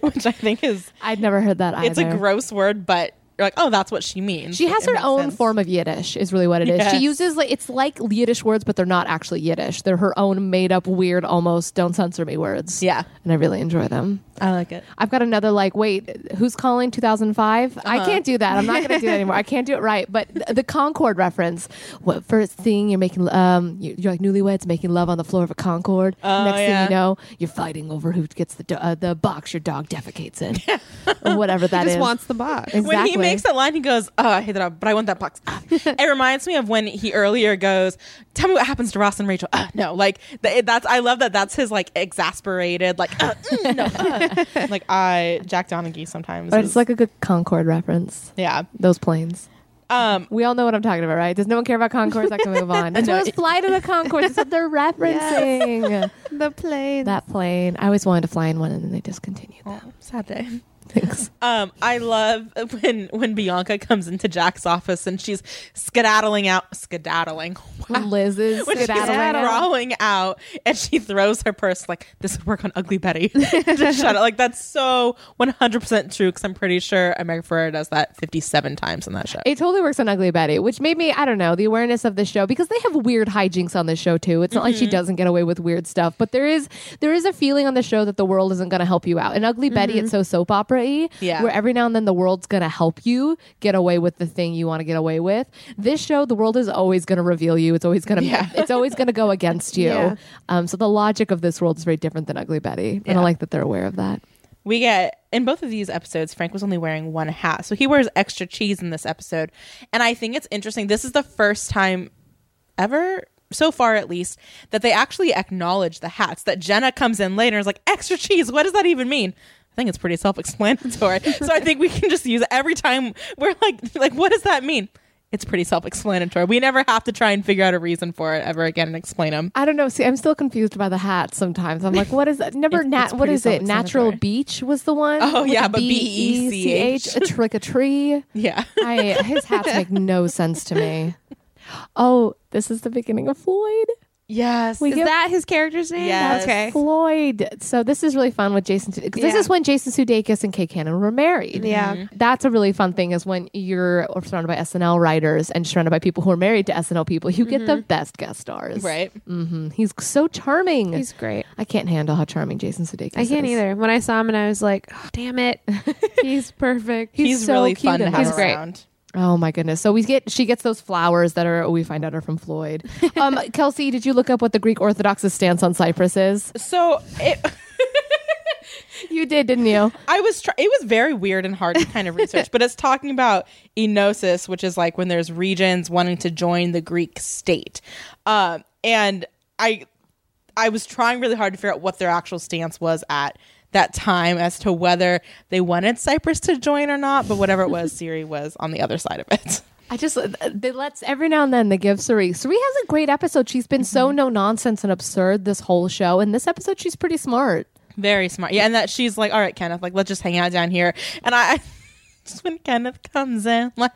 C: which I think is
E: I'd never heard that either.
C: it's a gross word, but you're like, oh, that's what she means.
E: she
C: Like,
E: has
C: it
E: her
C: makes
E: own
C: sense.
E: form of Yiddish, is really what it is. She
C: Yes.
E: uses like it's like Yiddish words, but they're not actually Yiddish. They're her own made up, weird, almost don't censor me words.
C: Yeah.
E: and I really enjoy them.
C: I like it.
E: I've got another like, wait, who's calling 2005?
C: Uh-huh.
E: I can't do that. I'm not going to do that anymore. I can't do it right. But th- the Concord reference, what first thing you're making, um, you- you're like newlyweds making love on the floor of a Concord. Next
C: Oh, yeah.
E: thing you know, you're fighting over who gets the do- uh, the box your dog defecates in, or whatever that is.
B: just wants the box.
E: exactly.
C: When he makes that line, he goes, "Oh, I hate that, but I want that box." Ah. it reminds me of when he earlier goes, "Tell me what happens to Ross and Rachel." Ah, no, like th- that's I love that. That's his like exasperated, like "Ah, mm, no, ah." like I Jack Donaghy sometimes.
E: But
C: is-
E: it's like a good Concord reference.
C: yeah.
E: Those planes.
C: Um,
E: We all know what I'm talking about, right? Does no one care about Concords? I can move on. It's no, fly to the Concords. That's what they're referencing.
B: the plane.
E: Oh, That plane. I always wanted to fly in one, and then they discontinued that.
C: sad day.
E: Thanks.
C: Um, I love when when Bianca comes into Jack's office and she's skedaddling out, skedaddling.
E: Liz is
C: When she's
E: skedaddling.
C: drawing out and she throws her purse like this would work on Ugly Betty. Just shut up. Like that's so 100% true because I'm pretty sure America Ferrera does that 57 times on that show.
E: It totally works on Ugly Betty, which made me, I don't know, the awareness of the show because they have weird hijinks on this show too. It's not like she doesn't get away with weird stuff, but there is there is a feeling on the show that the world isn't going to help you out. In Ugly Betty, it's so soap opera y,
C: Yeah.
E: where every now and then the world's going to help you get away with the thing you want to get away with. This show, the world is always going to reveal you. It's always going to it's always going to go against you.
B: Yeah.
E: Um, so the logic of this world is very different than Ugly Betty, and I like that they're aware of that.
C: we get in both of these episodes frank was only wearing one hat so he wears extra cheese in this episode and i think it's interesting this is the first time ever so far at least that they actually acknowledge the hats that jenna comes in later and is like extra cheese what does that even mean I think it's pretty self-explanatory. so I think we can just use it every time we're like like what does that mean? It's pretty self-explanatory. We never have to try and figure out a reason for it ever again and explain them.
E: I don't know. See, I'm still confused by the hat sometimes. I'm like, what is that? Never
C: It's-
E: nat.
C: it's
E: what
C: pretty
E: is it? Natural
C: self-explanatory.
E: Beach was the one.
C: Oh,
E: with
C: yeah,
E: the
C: but B-E-C-H.
E: B-E-C-H, A trick a tree.
C: Yeah.
E: I his hats make no sense to me. Oh, this is the beginning of Floyd.
C: Yes.
E: We
B: Is
E: get
B: that his character's name?
C: Yes.
B: Okay.
E: Floyd. So this is really fun with Jason. Sudeikis. 'Cause This
B: Yeah.
E: is when Jason Sudeikis and Kay Cannon were married.
B: Yeah. Mhm.
E: that's a really fun thing is when you're surrounded by SNL writers and surrounded by people who are married to SNL people, you get the best guest stars.
C: Mm-hmm. right.
E: hmm He's so charming.
B: He's great.
E: I can't handle how charming Jason Sudeikis
B: I
E: is.
B: can't either. When I saw him and I was like, oh, damn it. He's perfect.
E: He's
C: He's,
E: so
C: really
E: cute
C: fun to
E: and
C: have
E: he's
B: great.
C: around.
E: Oh my goodness! So we get she gets those flowers that are we find out are from Floyd. Um, Kelsey, did you look up what the Greek Orthodox's stance on Cyprus is?
C: So it,
E: You did, didn't you?
C: I was try- it was very weird and hard to kind of research, but it's talking about enosis, which is like when there's regions wanting to join the Greek state, um, and I I was trying really hard to figure out what their actual stance was at that time as to whether they wanted Cyprus to join or not. But whatever it was, Siri was on the other side of it.
E: I just they let's every now and then they give Suri. Suri has a great episode. She's been so no nonsense and absurd this whole show, and this episode she's pretty smart.
C: Very smart. Yeah, and that she's like, all right, Kenneth, like let's just hang out down here. And I just when Kenneth comes in, like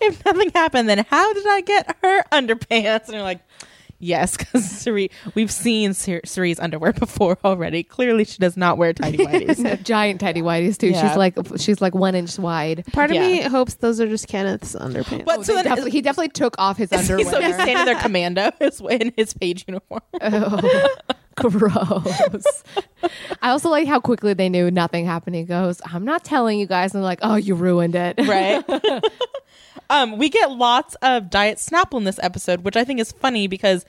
C: if nothing happened, then how did I get her underpants? And you're like, yes, because Suri, we've seen Sir- Suri's underwear before already. Clearly, she does not wear tidy whities.
E: Giant tidy whities too.
C: Yeah.
E: She's like she's like one inch wide. Oh,
B: Part of
C: Yeah.
B: me hopes those are just Kenneth's underpants.
C: But so
E: They
C: then
E: definitely- he definitely took off his
C: so
E: underwear.
C: he's standing there commando his- in his page uniform.
E: Oh, gross. I also like how quickly they knew nothing happened. He goes, I'm not telling you guys. And they're like, oh, you ruined it.
C: right? um, we get lots of diet Snapple in this episode, which I think is funny because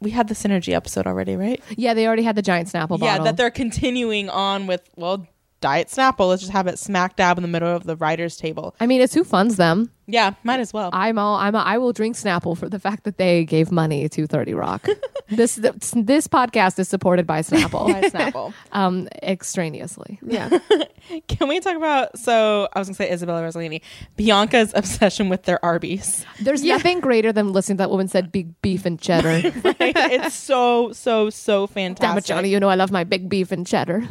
C: we had the synergy episode already, right?
E: Yeah, they already had the giant Snapple
C: yeah,
E: bottle.
C: that they're continuing on with well, diet Snapple. Let's just have it smack dab in the middle of the writers' table.
E: I mean, it's who funds them.
C: Yeah, might as well.
E: I'm all. I'm. A, I will drink Snapple for the fact that they gave money to Thirty Rock. this this podcast is supported by Snapple,
C: Diet Snapple.
E: um, extraneously.
B: yeah.
C: Can we talk about? So I was gonna say Isabella Rossellini, Bianca's obsession with their Arby's.
E: There's nothing greater than listening to that woman said big beef and cheddar.
C: Right? it's so so so fantastic.
E: Damn it, Johnny! You know I love my big beef and cheddar.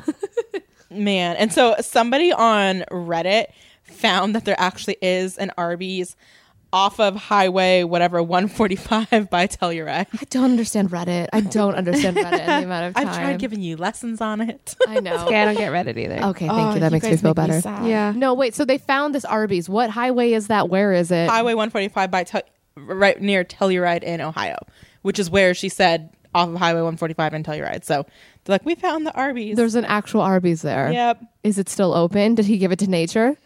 C: Man. And so somebody on Reddit found that there actually is an Arby's off of highway whatever 145 by Telluride.
E: I don't understand Reddit. I don't understand Reddit. And the amount of time
C: I've tried giving you lessons on it.
E: I know.
B: Okay, I don't get Reddit either.
E: Okay, thank
C: Ah,
E: you. That makes me feel better.
B: Yeah.
E: no, wait. So they found this Arby's. What highway is that? Where is it?
C: Highway 145 by Tel- right near Telluride in Ohio, which is where she said off of Highway 145 in Telluride. So they're like, we found the Arby's.
E: There's an actual Arby's there.
C: Yep.
E: Is it still open? Did he give it to nature?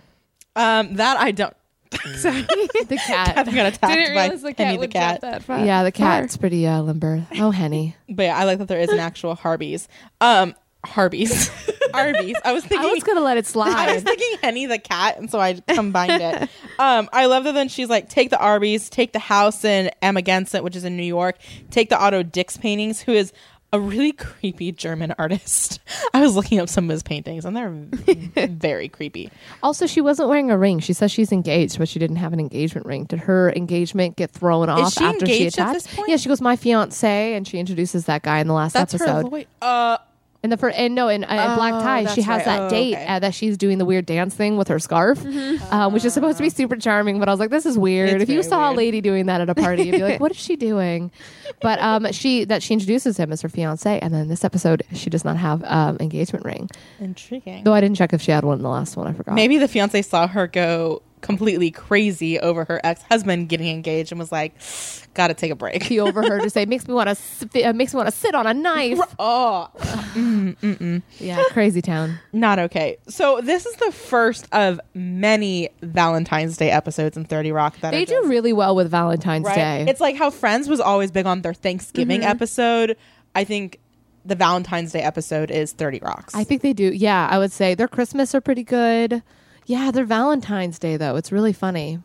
C: um, that I don't. Sorry,
E: The cat.
C: I'm gonna attack by Henny the cat.
B: far.
E: yeah, the cat's pretty uh, limber. Oh, Henny.
C: But yeah, I like that there is an actual Harby's. Um, Harby's, Arby's. I was
E: I
C: thinking.
E: was gonna let it
C: I was
E: slide.
C: thinking Henny the cat, and so I combined it. Um, I love that then she's like, take the Arby's, take the house in Amagansett, which is in New York, take the Otto Dix paintings, who is a really creepy German artist. I was looking up some of his paintings, and they're very creepy.
E: Also, she wasn't wearing a ring. She says she's engaged, but she didn't have an engagement ring. Did her engagement get thrown off
C: she
E: after she
C: engaged at
E: attacked?
C: this point?
E: Yeah, she goes, my fiance, and she introduces that guy in the last
C: That's her
E: episode.
C: lawyer. Uh,
E: Is in the for and no in, uh, in black
C: Oh,
E: tie she
C: that's
E: has
C: right.
E: that
C: Oh,
E: date
C: okay. Mm-hmm.
E: uh, that she's doing the weird dance thing with her scarf, um, which is supposed to be super charming. But I was like, this is weird.
C: Ah. It's
E: if you
C: very
E: saw
C: weird.
E: a lady doing that at a party, you'd be like, what is she doing? But um, she that she introduces him as her fiance, and then this episode she does not have um, engagement ring.
C: Intriguing.
E: Though I didn't check if she had one in the last one. I forgot.
C: Maybe the fiance saw her go completely crazy over her ex husband getting engaged and was like, "Got to take a break."
E: he overheard her say makes me want to uh, makes me want to sit on a knife.
C: Oh,
E: Yeah, crazy town.
C: not okay. So this is the first of many Valentine's Day episodes in Thirty Rock that
E: They
C: are just-
E: do really well with Valentine's Day. Mm-hmm.
C: It's like how Friends was always big on their Thanksgiving episode. I think the Valentine's Day episode is Thirty Rocks.
E: I think they do. Yeah, I would say their Christmas are pretty good. Yeah, their Valentine's Day though. It's really funny.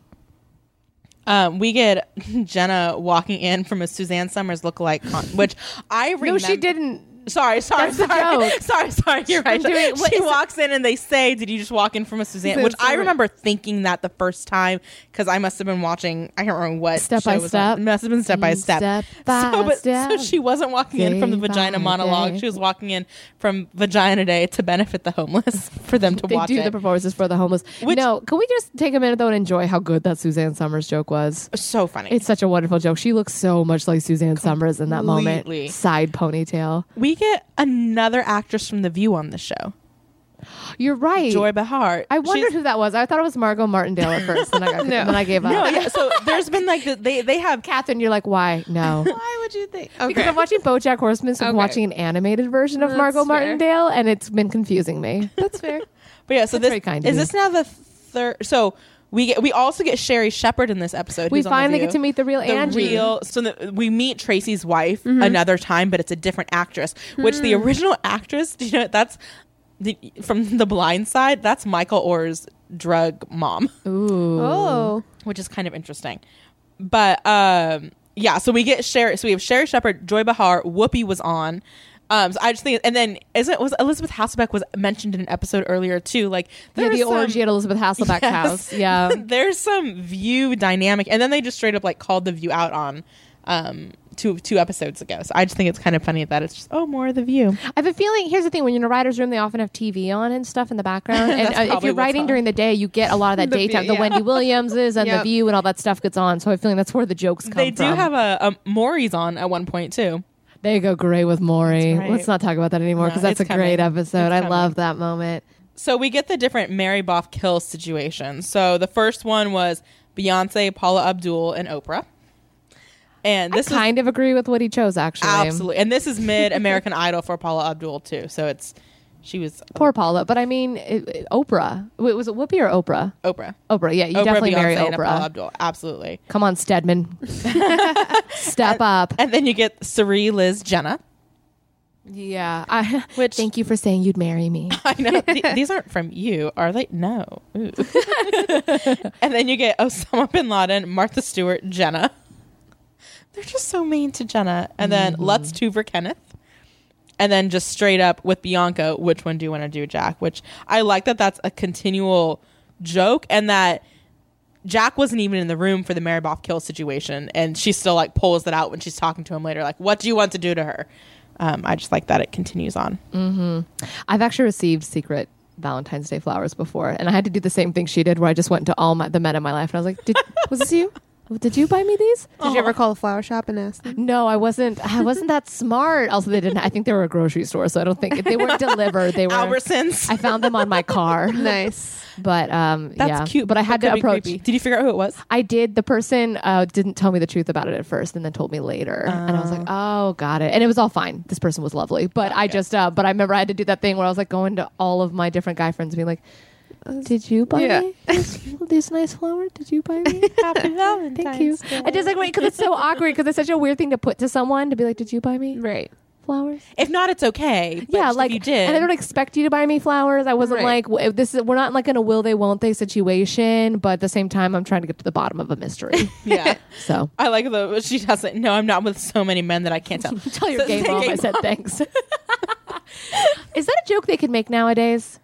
C: um, we get Jenna walking in from a Suzanne Summers lookalike, con- which I remember.
E: No, she didn't.
C: Sorry, sorry,
E: That's the
C: sorry,
E: joke.
C: sorry, sorry. You're right.
E: doing- what
C: she
E: is it?
C: walks in and they say, "Did you just walk in from a Suzanne?"
E: Suzanne
C: Which I
E: Summers.
C: remember thinking that the first time because I must have been watching. I can't remember what
E: Step
C: show
E: by
C: it was on.
E: Step. Mm,
C: It must have been step by step.
E: Step by
C: so, but, so
E: step.
C: she wasn't walking in from the
E: Day
C: vagina
E: by
C: monologue.
E: day.
C: She was walking in from Vagina Day to benefit the homeless for them to
E: They
C: watch
E: do
C: it.
E: the performances for the homeless.
C: Which-
E: no, can we just take a minute though and enjoy how good that Suzanne Summers joke was?
C: so funny.
E: It's such a wonderful joke. She looks so much like Suzanne Summers in that moment.
C: Completely.
E: Side ponytail.
C: we get another actress from The View on the show,
E: You're right.
C: Joy Behar.
E: I wondered
C: She's-
E: who that was. I thought it was Margot Martindale at first, and I got, and then I gave up.
C: No, yeah. So there's been like the, they they have.
E: Catherine, you're like, why? No.
C: Why would you think?
E: Because I'm watching BoJack Horseman, so I'm
B: Okay.
E: watching an animated version of Margot
B: That's fair.
E: Martindale, and it's been confusing me.
B: That's fair.
C: But yeah, so
E: That's
C: this
E: very kind of
C: is
E: you.
C: this now the third. So we get we also get Sherry Shepherd in this episode.
E: we
C: who's on The
E: finally
C: View.
E: get to meet the real
C: the
E: Angie. Mm-hmm.
C: real. So the, we meet Tracy's wife another time, but it's a different actress. Which the
E: Hmm.
C: original actress, do you know that's the, from The Blind Side? That's Michael Orr's drug mom,
E: Ooh.
B: Oh,
C: which is kind of interesting. But um, yeah, so we get Sherry. So we have Sherry Shepherd, Joy Behar, Whoopi was on. Um, so I just think, and then isn't was Elizabeth Hasselbeck was mentioned in an episode earlier too? Like
E: Yeah,
C: there's
E: the
C: some-
E: orgy at Elizabeth Hasselbeck's
C: Yes.
E: house. Yeah.
C: there's some view dynamic and then they just straight up like called the view out on um two two episodes ago so i just think it's kind of funny that it's just oh more of the view
E: I have a feeling. Here's the thing: when you're in a writer's room, they often have TV on and stuff in the background.
C: That's
E: and uh, if
C: probably
E: you're
C: what's
E: writing
C: on.
E: during the day, you get a lot of that
B: The view,
E: daytime, the
B: yeah.
E: Wendy Williamses and
B: Yep.
E: the View and all that stuff gets on. So I'm feeling that's where the jokes come
C: they do
E: from.
C: have a, a maury's on at one point too
E: they go gray with Maury.
C: right.
E: Let's not talk about that anymore
C: No,
E: because that's
C: it's
E: a great
C: coming.
E: episode.
C: It's
E: I
C: coming.
E: love that moment.
C: so we get the different mary boff kill situations so the first one was beyonce paula abdul and oprah and this is
E: kind of agree with what he chose actually.
C: absolutely and this is mid american idol for paula abdul too so it's she was
E: Poor Paula, but I mean it, it- Oprah. Wait, was it Whoopi or Oprah?
C: oprah
E: Oprah, yeah, you
C: oprah
E: definitely
C: beyonce
E: marry
C: and paula
E: Oprah.
C: abdul absolutely
E: Come on, Stedman, step up.
C: And then you get Sari Liz Jenna.
E: Yeah, I,
C: Which-
E: thank you for saying you'd marry me.
C: I know th- these aren't from you, are they? No. Ooh. and then you get Osama bin Laden, Martha Stewart, Jenna. They're just so mean to Jenna. And then Lutz Tuver Kenneth. And then just straight up with Bianca, which one do you want to do, Jack? Which I like that that's a continual joke and that Jack wasn't even in the room for the Mary Boff kill situation. And she still like pulls that out when she's talking to him later. Like, what do you want to do to her? Um, I just like that it continues on.
E: I've actually received secret Valentine's Day flowers before, and I had to do the same thing she did, where I just went to all my, the men in my life, and I was like, did, "Was this you? Did you buy me these?"
B: Oh. did you ever call a flower shop and ask them?
E: No, I wasn't. I wasn't that smart. Also, they didn't. I think they were a grocery store, so I don't think they weren't delivered. They were.
C: Albertsons.
E: I found them on my car,
B: Nice.
E: but um,
C: That's
E: yeah.
C: cute.
E: But I had
C: could
E: to
C: be
E: approach.
C: creepy. Did you figure out who it was?
E: I did. The person uh, didn't tell me the truth about it at first, and then told me later, and I was like, "Oh, got it." And it was all fine. This person was lovely, but I just. Uh, but I remember I had to do that thing where I was like going to all of my different guy friends, and being like, "Did you buy
B: Yeah.
E: me this, this nice flower? Did you buy me?" Thank you. I just like wait because it's so awkward because it's such a weird thing to put to someone to be like, "Did you buy me
B: Right.
E: flowers?"
C: If not, it's okay. But
E: yeah,
C: just
E: like
C: if you did.
E: and I don't expect you to buy me flowers. I wasn't
B: Right.
E: like w- this is we're not like in a will they won't they situation, but at the same time, I'm trying to get to the bottom of a mystery.
C: yeah.
E: so
C: I like the she doesn't. No, I'm not with so many men that I can't tell.
E: tell your
C: So-
E: gay mom I
C: gay
E: said thanks. is that a joke they could make nowadays?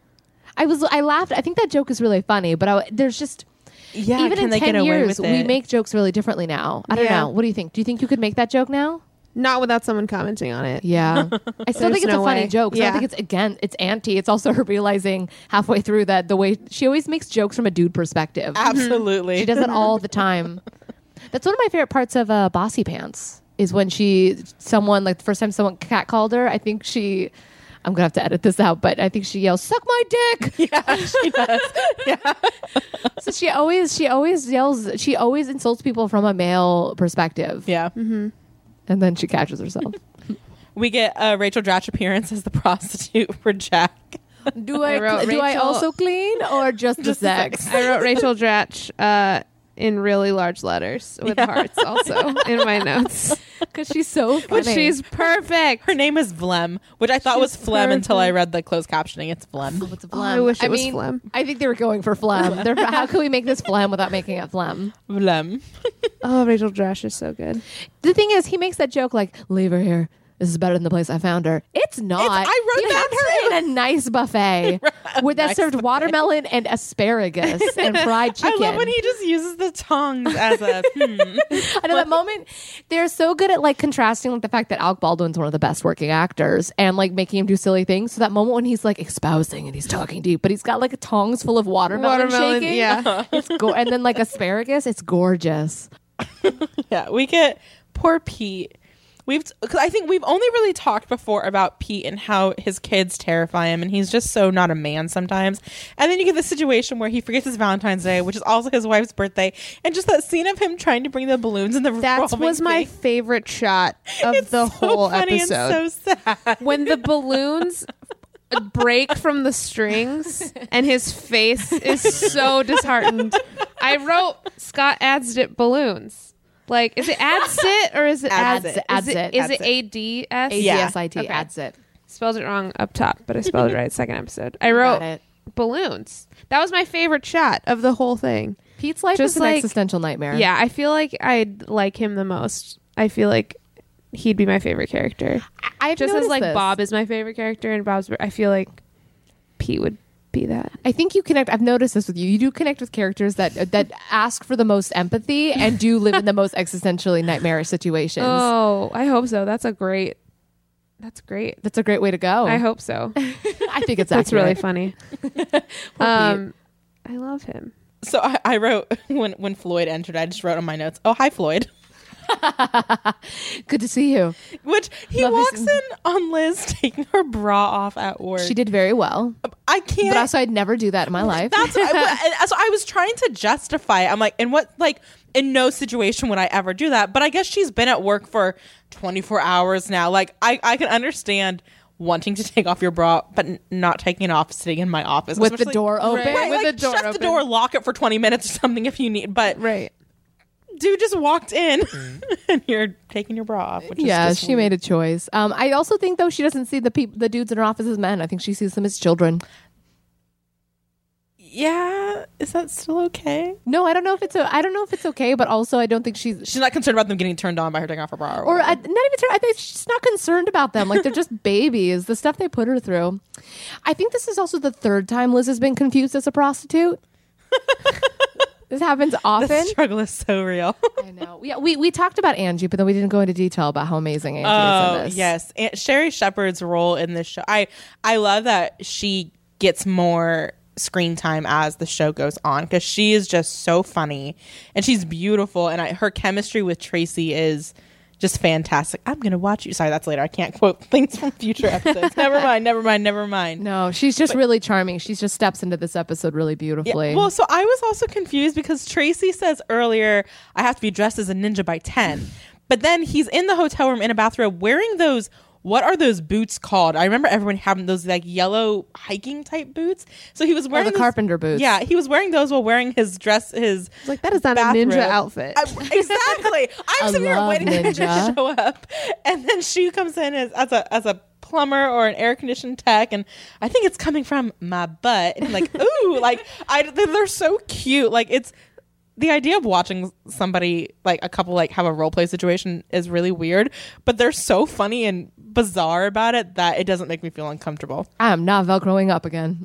E: I was I laughed. I think that joke is really funny, but I, there's just
C: Yeah,
E: even
C: can
E: in
C: they
E: ten
C: get away
E: years
C: with
E: we
C: it?
E: make jokes really differently now. I don't
C: Yeah.
E: know. What do you think? Do you think you could make that joke now?
B: Not without someone commenting on it.
E: Yeah. I still
B: There's
E: think it's
B: no
E: a funny
B: way.
E: joke. 'cause I
B: Yeah.
E: don't think it's again it's anti. It's also her realizing halfway through that the way she always makes jokes from a dude perspective.
C: Absolutely.
E: She does it all the time. That's one of my favorite parts of uh, Bossy Pants is when she someone like the first time someone cat called her. I think she. I'm gonna have to edit this out, but I think she yells "suck my dick."
C: Yeah, she does.
E: So she always she always yells she always insults people from a male perspective,
C: Yeah.
E: and then she catches herself.
C: We get uh, Rachel Dratch appearance as the prostitute for Jack.
E: do I,
B: wrote
E: do I
B: Rachel-
E: also clean or just, the sex?
B: I wrote Rachel Dratch uh, in really large letters with hearts also in my notes.
E: Because she's so funny.
B: But she's perfect.
C: Her name is Vlem, which I thought was Flem until I read the closed captioning. It's Vlem.
E: Oh, It's phlegm.
B: Oh, I wish it was
E: mean,
B: phlegm.
E: I think they were going for phlegm. They're, how can we make this phlegm without making it phlegm?
C: Vlem.
B: Oh, Rachel Dratch is so good.
E: The thing is, he makes that joke like, "Leave her here. This is better than the place I found her." It's not.
C: I wrote
E: he
C: that
E: found her in a nice buffet where that
C: nice
E: served watermelon and asparagus and fried
C: I
E: chicken.
C: love when he just uses the tongues as a. hmm.
E: I know that moment. They're so good at like contrasting like the fact that Alec Baldwin's one of the best working actors and like making him do silly things. So that moment when he's like espousing and he's talking deep, but he's got like tongs full of watermelon,
B: Watermelon,
E: shaking.
B: yeah.
E: it's go- and then like asparagus. It's gorgeous.
C: Yeah, we get poor Pete. We've because I think we've only really talked before about Pete and how his kids terrify him, and he's just so not a man sometimes. And then you get the situation where he forgets his Valentine's Day, which is also his wife's birthday, and just that scene of him trying to bring the balloons and the
B: That
C: revolving
B: was my
C: thing.
B: favorite shot of
C: It's
B: the
C: so
B: whole
C: funny
B: episode.
C: And so sad.
B: when the balloons break from the strings and his face is so disheartened. I wrote Scott Adsit balloons. Like, is it Adsit or is it
C: Adsit.
B: Adsit?
E: Adsit.
B: Is it A D S?
E: A
C: Yeah.
E: C S I T
B: Okay.
E: adds it.
B: Spelled it wrong up top, but I spelled it right second episode. I
E: Got
B: wrote
E: it.
B: balloons. That was my favorite shot of the whole thing.
E: Pete's life
B: Just
E: is an
B: like-
E: existential nightmare.
B: Yeah, I feel like I'd like him the most. I feel like he'd be my favorite character
E: I've
B: just as
E: noticed
B: like
E: this.
B: Bob is my favorite character and Bob's, I feel like Pete would be that.
E: I think you connect. I've noticed this with you. You do connect with characters that that ask for the most empathy and do live in the most existentially nightmarish situations.
B: Oh, I hope so. That's a great. That's great.
E: That's a great way to go.
B: I hope so.
E: I think it's
B: That's
E: accurate.
B: really funny. um, I love him.
C: So I, I wrote when when Floyd entered, I just wrote on my notes, "Oh hi Floyd,"
E: good to see you.
C: which he
E: Love his-
C: walks in on Liz taking her bra off at work.
E: She did very well,
C: I can't.
E: but also I'd never do that in my life.
C: That's what I, and so I was trying to justify. It. I'm like, in what like in no situation would I ever do that. But I guess she's been at work for 24 hours now. Like I I can understand wanting to take off your bra, but n- not taking it off, sitting in my office
E: With the
C: Especially-
E: door open,
C: Right,
B: with
C: like,
B: the door
C: shut the
B: open.
C: door, lock it for 20 minutes or something if you need. But
B: Right.
C: dude just walked in, and you're taking your bra off. Which
E: yeah,
C: is
E: she made a choice. Um, I also think though she doesn't see the peop- the dudes in her office as men. I think she sees them as children.
C: Yeah, is that still okay?
E: No, I don't know if it's a, I don't know if it's okay, but also I don't think she's
C: She's not concerned about them getting turned on by her taking off her bra, or,
E: or
C: whatever.
E: I, not even I think she's not concerned about them. Like they're just babies. The stuff they put her through. I think this is also the third time Liz has been confused as a prostitute. this happens
C: the
E: often.
C: struggle is so real.
E: I know. Yeah, we we talked about Angie, but then we didn't go into detail about how amazing Angie is
C: Oh
E: in this.
C: yes, and Sherry Shepard's role in this show. I I love that she gets more screen time as the show goes on because she is just so funny and she's beautiful and I, her chemistry with Tracy is just fantastic. I'm gonna watch you. Sorry, that's later. I can't quote things from future episodes. never mind. Never mind. Never mind.
E: No, she's just really charming. She just steps into this episode really
C: Yeah,
E: beautifully.
C: well, so I was also confused because Tracy says earlier, I have to be dressed as a ninja by 10. But then he's in the hotel room in a bathrobe wearing those, what are those boots called? I remember everyone having those like yellow hiking type boots. So
B: Oh,
C: he was wearing
E: the
C: those-
E: carpenter boots.
C: Yeah, he was wearing those while wearing his dress, his.
B: Like that is not
C: bathrobe.
B: a ninja outfit.
C: I- exactly. I'm
E: I
C: sitting here
E: love
C: waiting for him to
E: ninja.
C: show up, and then she comes in as, as a as a plumber or an air conditioned tech, and I think it's coming from my butt. And I'm like, ooh, like I they're, they're so cute. Like it's the idea of watching somebody like a couple like have a role play situation is really weird, but they're so funny and bizarre about it that it doesn't make me feel uncomfortable.
E: I am not velcroing up again.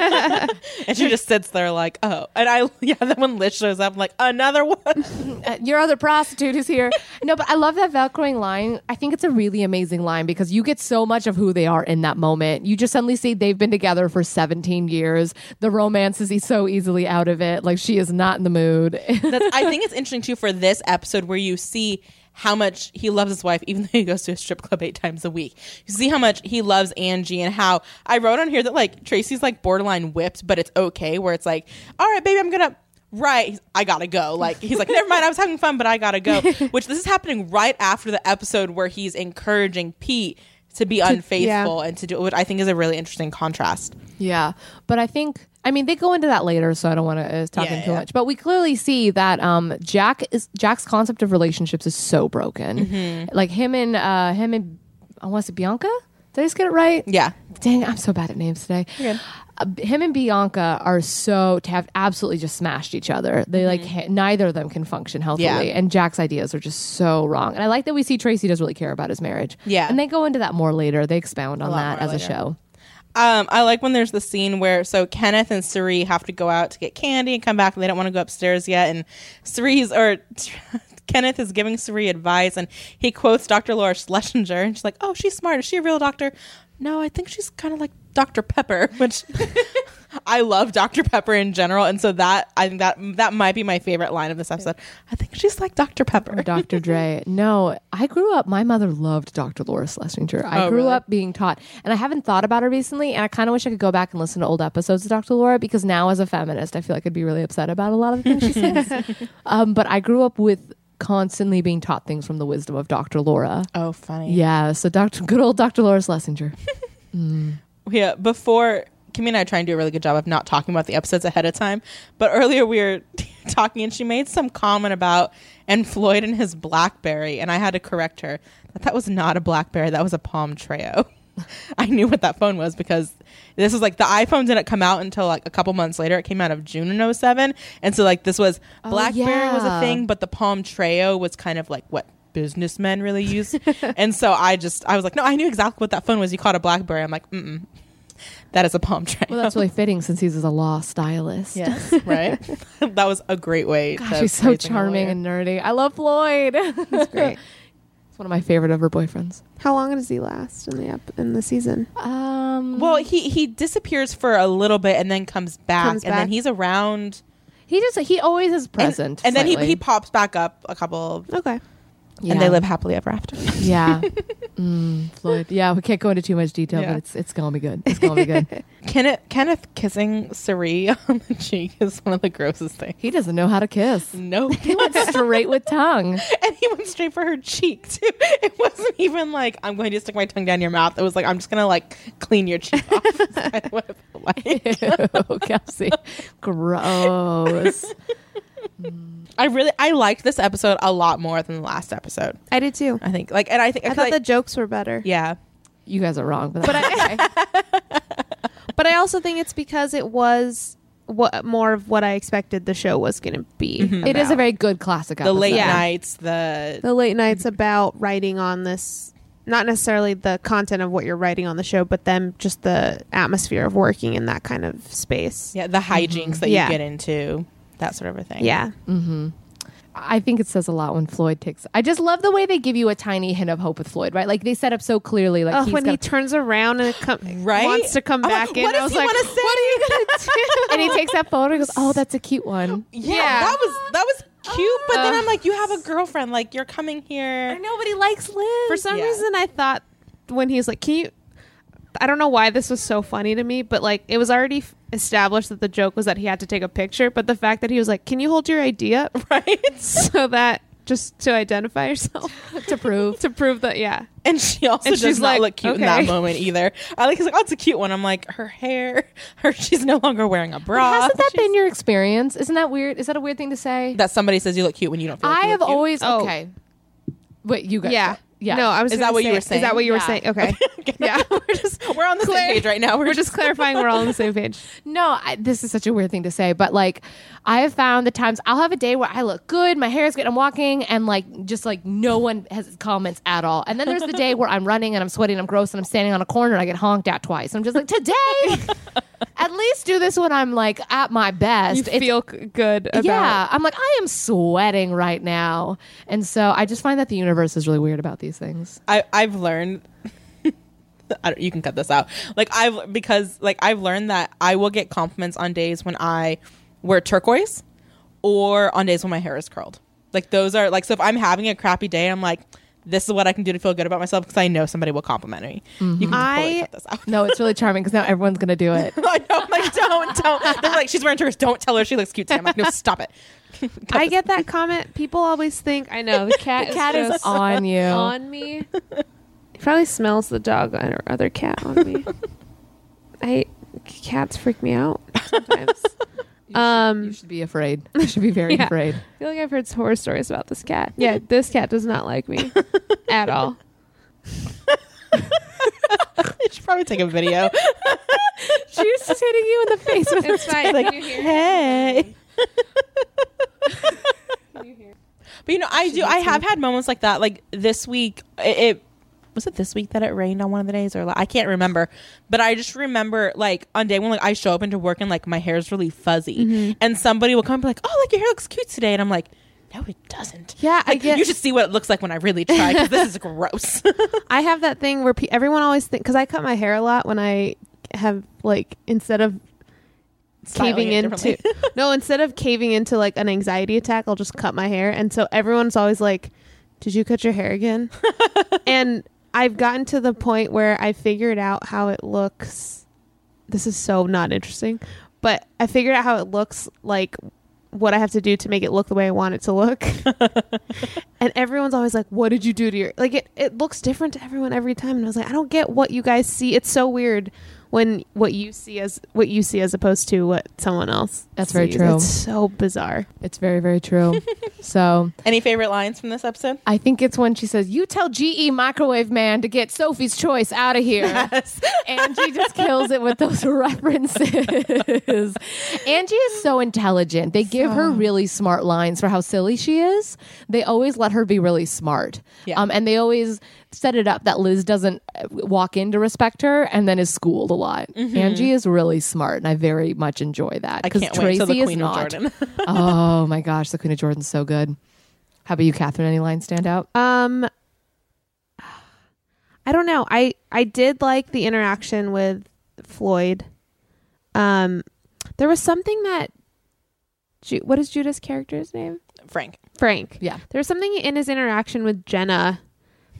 C: And she just sits there like, oh, and I yeah. Then when Liz shows up, I'm like another one.
E: Uh, your other prostitute is here. no, but I love that velcroing line. I think it's a really amazing line because you get so much of who they are in that moment. You just suddenly see they've been together for 17 years. The romance is e- so easily out of it. Like she is not in the mood.
C: That's, I think it's interesting too for this episode where you see how much he loves his wife, even though he goes to a strip club eight times a week. You see how much he loves Angie and how I wrote on here that like Tracy's like borderline whipped, but it's okay. Where it's like, all right, baby, I'm gonna. Right, He's- I gotta go. Like he's like, never mind. I was having fun, but I gotta go. Which this is happening right after the episode where he's encouraging Pete to be unfaithful and to do, which I think is a really interesting contrast.
E: Yeah, but I think I mean they go into that later, so I don't want to uh, talk
C: Yeah,
E: in too
C: yeah.
E: much. But we clearly see that um, Jack is Jack's concept of relationships is so broken. Like him and uh, him and I want to say Bianca. Did I just get it right?
C: Yeah.
E: Dang, I'm so bad at names today. Uh, him and Bianca are so have absolutely just smashed each other. They like ha- neither of them can function healthily,
C: Mm-hmm. Yeah.
E: and Jack's ideas are just so wrong. And I like that we see Tracy doesn't really care about his marriage.
C: Yeah.
E: and they go into that more later. They expound on
C: lot
E: that
C: more
E: as a
C: later.
E: show.
C: Um, I like when there's the scene where so Kenneth and Suri have to go out to get candy and come back, and they don't want to go upstairs yet. And Suri's or Kenneth is giving Suri advice, and he quotes Dr. Laura Schlesinger, and she's like, "Oh, she's smart. Is she a real doctor?" No, I think she's kind of like Dr. Pepper, which I love Dr. Pepper in general, and so that I think that that might be my favorite line of this episode. I think she's like Dr. Pepper.
E: Dr. Dre. No, I grew up, my mother loved Dr. Laura Schlesinger. I grew up being taught, and I haven't thought about her recently. And I kind of wish I could go back and listen to old episodes of Dr. Laura because now, as a feminist, I feel like I'd be really upset about a lot of the things she says. um, but I grew up with constantly being taught things from the wisdom of Dr. Laura.
C: Oh, funny.
E: Yeah, so Dr. good old Dr. Laura Schlesinger.
C: Yeah, before Kimmy and I try and do a really good job of not talking about the episodes ahead of time, but earlier we were talking and she made some comment about and Floyd and his blackberry, and I had to correct her that that was not a blackberry, that was a Palm Treo. I knew what that phone was because this was like the iPhone didn't come out until like a couple months later. It came out of June in 07. And so like this was BlackBerry was a
E: yeah.
C: thing, but the Palm Treo was kind of like what businessmen really use. and so I just I was like, no, I knew exactly what that phone was. You called a BlackBerry. I'm like, mm that is a palm tree.
E: Well, that's really fitting since he's a law stylist.
C: yes, right. that was a great way.
E: Gosh,
C: to
E: she's so
C: phrasing a
E: charming
C: lawyer.
E: and nerdy. I love Floyd. He's
B: great.
E: one of my favorite of her boyfriends.
B: How long does he last in the ep- in the season?
E: Um,
C: well, he he disappears for a little bit and then comes back,
B: Comes
C: and then
B: back.
C: he's around.
E: He just he always is
C: and-
E: present.
C: and, then he, he
E: slightly.
C: pops back up a couple,
B: Okay.
E: yeah.
C: and they live happily ever after.
E: Yeah, mm, Floyd. Yeah, we can't go into too much detail,
C: Yeah.
E: but it's it's gonna be good. It's gonna be good.
C: Kenneth Kenneth kissing Sari on the cheek is one of the grossest things.
E: he doesn't know how to kiss.
C: No,
E: He went straight with tongue.
C: and he went straight for her cheek too. It wasn't even like I'm going to stick my tongue down your mouth. It was like I'm just gonna like clean your cheek off. That's kinda what it felt like.
E: Ew, Oh, Kelsey, gross.
C: I really I liked this episode a lot more than the last episode.
B: I did too.
C: I think like and I think
B: I thought the jokes were better.
C: yeah
E: You guys are wrong, but, that's okay.
B: But I also think it's because it was what more of what I expected the show was going to be.
C: Mm-hmm.
E: it is a
B: about.
E: very good classic.
C: the
E: Episode.
C: late
B: Yeah.
C: nights the
B: the late nights about writing on this not necessarily the content of what you're writing on the show, but then just the atmosphere of working in that kind of space.
C: yeah the hijinks that
B: Mm-hmm. Yeah.
C: you get into that sort of a thing.
B: Yeah.
E: I think it says a lot when Floyd takes. I just love the way they give you a tiny hint of hope with Floyd, right? Like they set up so clearly. Like
B: Oh,
E: he's
B: when
E: gonna,
B: he turns around and come,
C: Right?
B: wants to come
C: I'm like,
B: back in,
C: what does
B: I was
C: he
B: like,
C: wanna say?
B: "What are you gonna do?"
E: and he takes that photo. He goes, "Oh, that's a cute one."
C: yeah,
B: Yeah.
C: that was that was cute. But then I'm like, you have a girlfriend. Like you're coming here.
E: Nobody likes Liz.
B: For some
C: Yeah.
B: reason, I thought when he's like, "Can you?" I don't know why this was so funny to me, but like it was already f- established that the joke was that he had to take a picture, but the fact that he was like, "Can you hold your ID up?"
C: Right,
B: so that just to identify yourself
E: to prove.
B: to prove that yeah
C: and she also
B: And
C: does
B: she's like,
C: not look cute in that
B: okay.
C: moment either. I like, he's like, oh, it's a cute one. I'm like, her hair, her. She's no longer wearing a bra.
E: Hasn't that
C: She's-
E: been your experience? Isn't that weird? Is that a weird thing to say?
C: that somebody says you Oh. look cute when you don't? Feel like
E: I
C: you
E: have
C: look cute?
E: always
B: Oh.
E: okay. Wait, you guys?
B: yeah
E: Yeah.
B: No, I was.
C: Is
B: gonna
C: that what
B: say-
C: you were saying?
B: Is that what you were
E: Yeah.
B: saying? Okay. yeah.
C: we're just we're on the
B: Claire-
C: same page right now. We're,
B: We're
C: just
B: just clarifying. We're all on the same page.
E: No, I, this is such a weird thing to say, but like I have found the times I'll have a day where I look good, my hair is good, I'm walking, and like just like no one has comments at all. And then there's the day where I'm running and I'm sweating, I'm gross, and I'm standing on a corner and I get honked at twice. I'm just like, today, at least do this when I'm like at my best. It's-
B: Feel c- good about.
E: yeah, I'm like I am sweating right now, and so I just find that the universe is really weird about these things.
C: I, I've learned. I don't, you can cut this out. Like I've because like I've learned that I will get compliments on days when I wear turquoise, or on days when my hair is curled. Like those are like so if I'm having a crappy day, I'm like, this is what I can do to feel good about myself because I know somebody will compliment me. You can totally
B: I-
C: cut this out.
E: No, it's really charming because now everyone's gonna do it.
C: I know. I'm like, don't, don't. They're like, she's wearing turquoise. Don't tell her she looks cute today. I'm like, no, stop it.
B: I get that comment. People always think I know the cat.
E: The cat is
B: just
E: on you.
B: on me. It probably smells the dog on or other cat on me. I cats freak me out sometimes.
E: you
B: um,
E: should be afraid. You should be very
B: Yeah.
E: afraid.
B: I feel like I've heard horror stories about this cat. Yeah, this cat does not like me at all.
C: You should probably take a video.
E: She's just hitting you in the face with
B: It's fine. Can you hear?
C: hey. but you know, I do. I have had moments like that. Like this week, it, it was it this week that it rained on one of the days, or like, I can't remember. But I just remember like on day one, like I show up into work and like my hair's really fuzzy, and somebody will come and be like, "Oh, like your hair looks cute today," and I'm like. No, it doesn't.
E: Yeah, I
C: Like,
E: get-
C: You should see what it looks like when I really try. 'cause this is gross.
B: I have that thing where pe- everyone always think because I cut my hair a lot when I have like instead of
C: Styling
B: caving
C: it
B: into
C: differently.
B: no instead of caving into like an anxiety attack I'll just cut my hair and so everyone's always like did you cut your hair again and I've gotten to the point where I figured out how it looks this is so not interesting but I figured out how it looks like what I have to do to make it look the way I want it to look and everyone's always like what did you do to your like it, it looks different to everyone every time and i was like i don't get what you guys see it's so weird when what you see as what you see as opposed to what someone else
E: That's very
B: sees.
E: true.
B: it's so bizarre
E: It's very, very true. so
C: Any favorite lines from this episode?
E: I think it's when she says, You tell GE Microwave Man to get Sophie's Choice out of here. Angie just kills it with those references. Angie is so intelligent. They give her really smart lines for how silly she is. They always let her be really smart.
C: Yeah.
E: Um, and they always set it up that Liz doesn't uh, walk in to respect her and then is schooled a lot. Angie is really smart, and I very much enjoy that.
C: Mm-hmm. I can't wait till the Queen of Jordan.
E: oh my gosh, the Queen of Jordan's so good. How about you, Catherine? Any lines stand out?
B: um i don't know i i did like the interaction with floyd um there was something that Ju- what is judah's character's name
C: Frank.
B: Frank.
E: Yeah.
B: There was something in his interaction with Jenna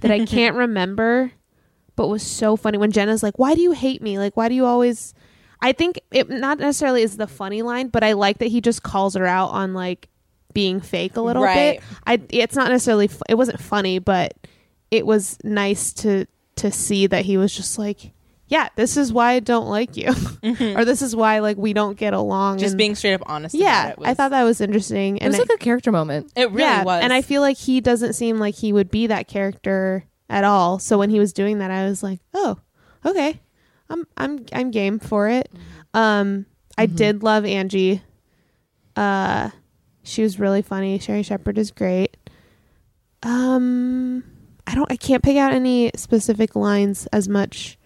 B: that I can't remember, but was so funny. When Jenna's like, Why do you hate me? Like, why do you always. I think it not necessarily is the funny line, but I like that he just calls her out on like being fake a little
C: Right.
B: bit. I it's not necessarily fu- it wasn't funny, but it was nice to to see that he was just like, yeah, this is why I don't like you, or this is why like we don't get along.
C: Mm-hmm. Just
B: and-
C: being straight up honest.
B: yeah,
C: about it
B: I
C: was-
B: thought that was interesting.
E: It
B: and
E: was
B: I-
E: like a character moment.
C: It really was.
B: and I feel like he doesn't seem like he would be that character at all. So when he was doing that, I was like, "Oh, okay, I'm I'm I'm game for it."
C: Mm-hmm.
B: Um, I did love Angie. Uh, she was really funny. Sherry Shepard is great. Um, I don't. I can't pick out any specific lines as much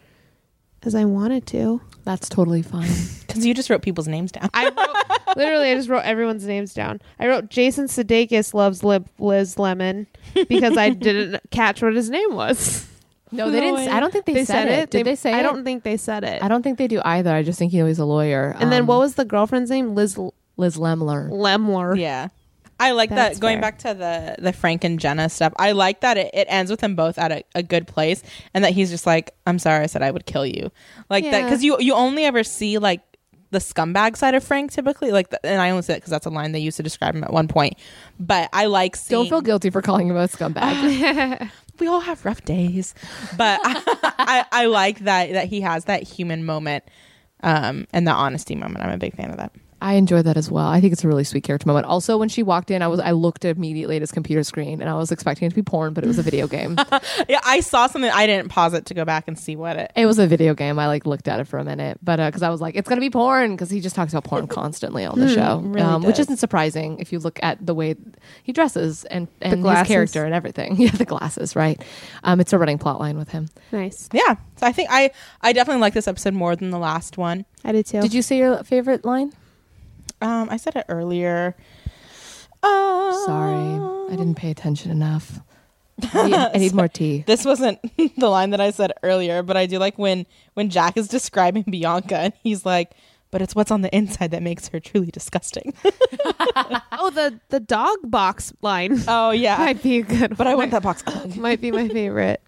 B: as I wanted to.
E: That's totally fine.
C: because you just wrote people's names down.
B: I wrote, literally, I just wrote everyone's names down. I wrote Jason Sudeikis loves Lib- Liz Lemon because I didn't catch what his name was.
E: No, they didn't. I don't think they, said, it. Did they, say
B: I
E: it?
B: don't think they said it.
E: I don't think they do either. I just think you know he's a lawyer.
B: and then
E: Um,
B: what was the girlfriend's name? Liz L-
E: Liz Lemler?
B: Lemler.
C: yeah, I like
B: That's
C: that. Going
B: fair.
C: back to the the Frank and Jenna stuff, I like that it, it ends with them both at a, a good place, and that he's just like, "I'm sorry, I said I would kill you," like that
B: Yeah.
C: because you you only ever see like the scumbag side of Frank typically, like, the, and I only say that because that's a line they used to describe him at one point. But I like seeing.
E: Don't feel guilty for calling him a scumbag.
C: we all have rough days, but I, I, I like that that he has that human moment, um, and the honesty moment. I'm a big fan of that.
E: I enjoyed that as well. I think it's a really sweet character moment. Also, when she walked in, I was I looked immediately at his computer screen and I was expecting it to be porn, but it was a video game.
C: Yeah, I saw something. I didn't pause it to go back and see what it.
E: it was a video game. I like looked at it for a minute, but because I was like, it's gonna be porn because he just talks about porn constantly on the
B: Hmm,
E: show, um, which isn't surprising if you look at the way he dresses and and his
B: glasses.
E: character and everything. Yeah, the glasses, right? Um, it's a running plot line with him.
B: Nice.
C: Yeah. So I think I I definitely like this episode more than the last one.
B: I did too.
E: Did you say your favorite line?
C: Um, I said it earlier. Uh,
E: Sorry, I didn't pay attention enough. I need, I need more tea.
C: This wasn't the line that I said earlier, but I do like when when Jack is describing Bianca and he's like, "But it's what's on the inside that makes her truly disgusting."
B: Oh, the the dog box line
C: oh yeah,
B: might be a good.
C: but I
B: one.
C: want that box. Ugh.
B: might be my favorite.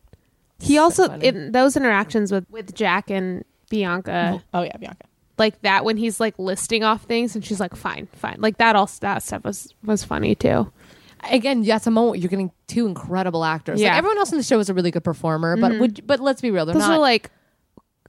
B: He also in those interactions with with Jack and Bianca,
C: Oh yeah, Bianca.
B: like that when he's like listing off things and she's like, "Fine, fine," like that. All that stuff was was funny too.
E: Again, that's a moment where you're getting two incredible actors.
B: Yeah. Mm-hmm.
E: Like everyone else in the show is a really good performer, but would, but let's be real, they're
B: Those
E: not
B: were like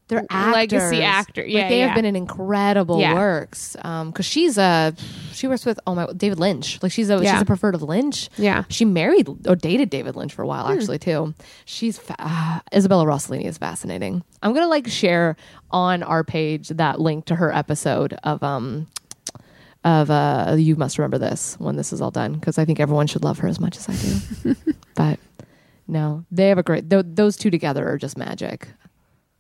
E: they're actors.
B: legacy actor-
E: like
B: yeah,
E: they
B: yeah.
E: have been in incredible
B: Yeah.
E: works. Um, because she's a she works with oh my David Lynch. Like she's a
B: Yeah.
E: she's a preferred of Lynch.
B: Yeah.
E: she married or dated David Lynch for a
B: Hmm.
E: while actually too. She's fa- ah, Isabella Rossellini is fascinating. I'm gonna like share on our page that link to her episode of um of uh you must remember this when this is all done because I think everyone should love her as much as I do. but no, they have a great. Th- those two together are just magic.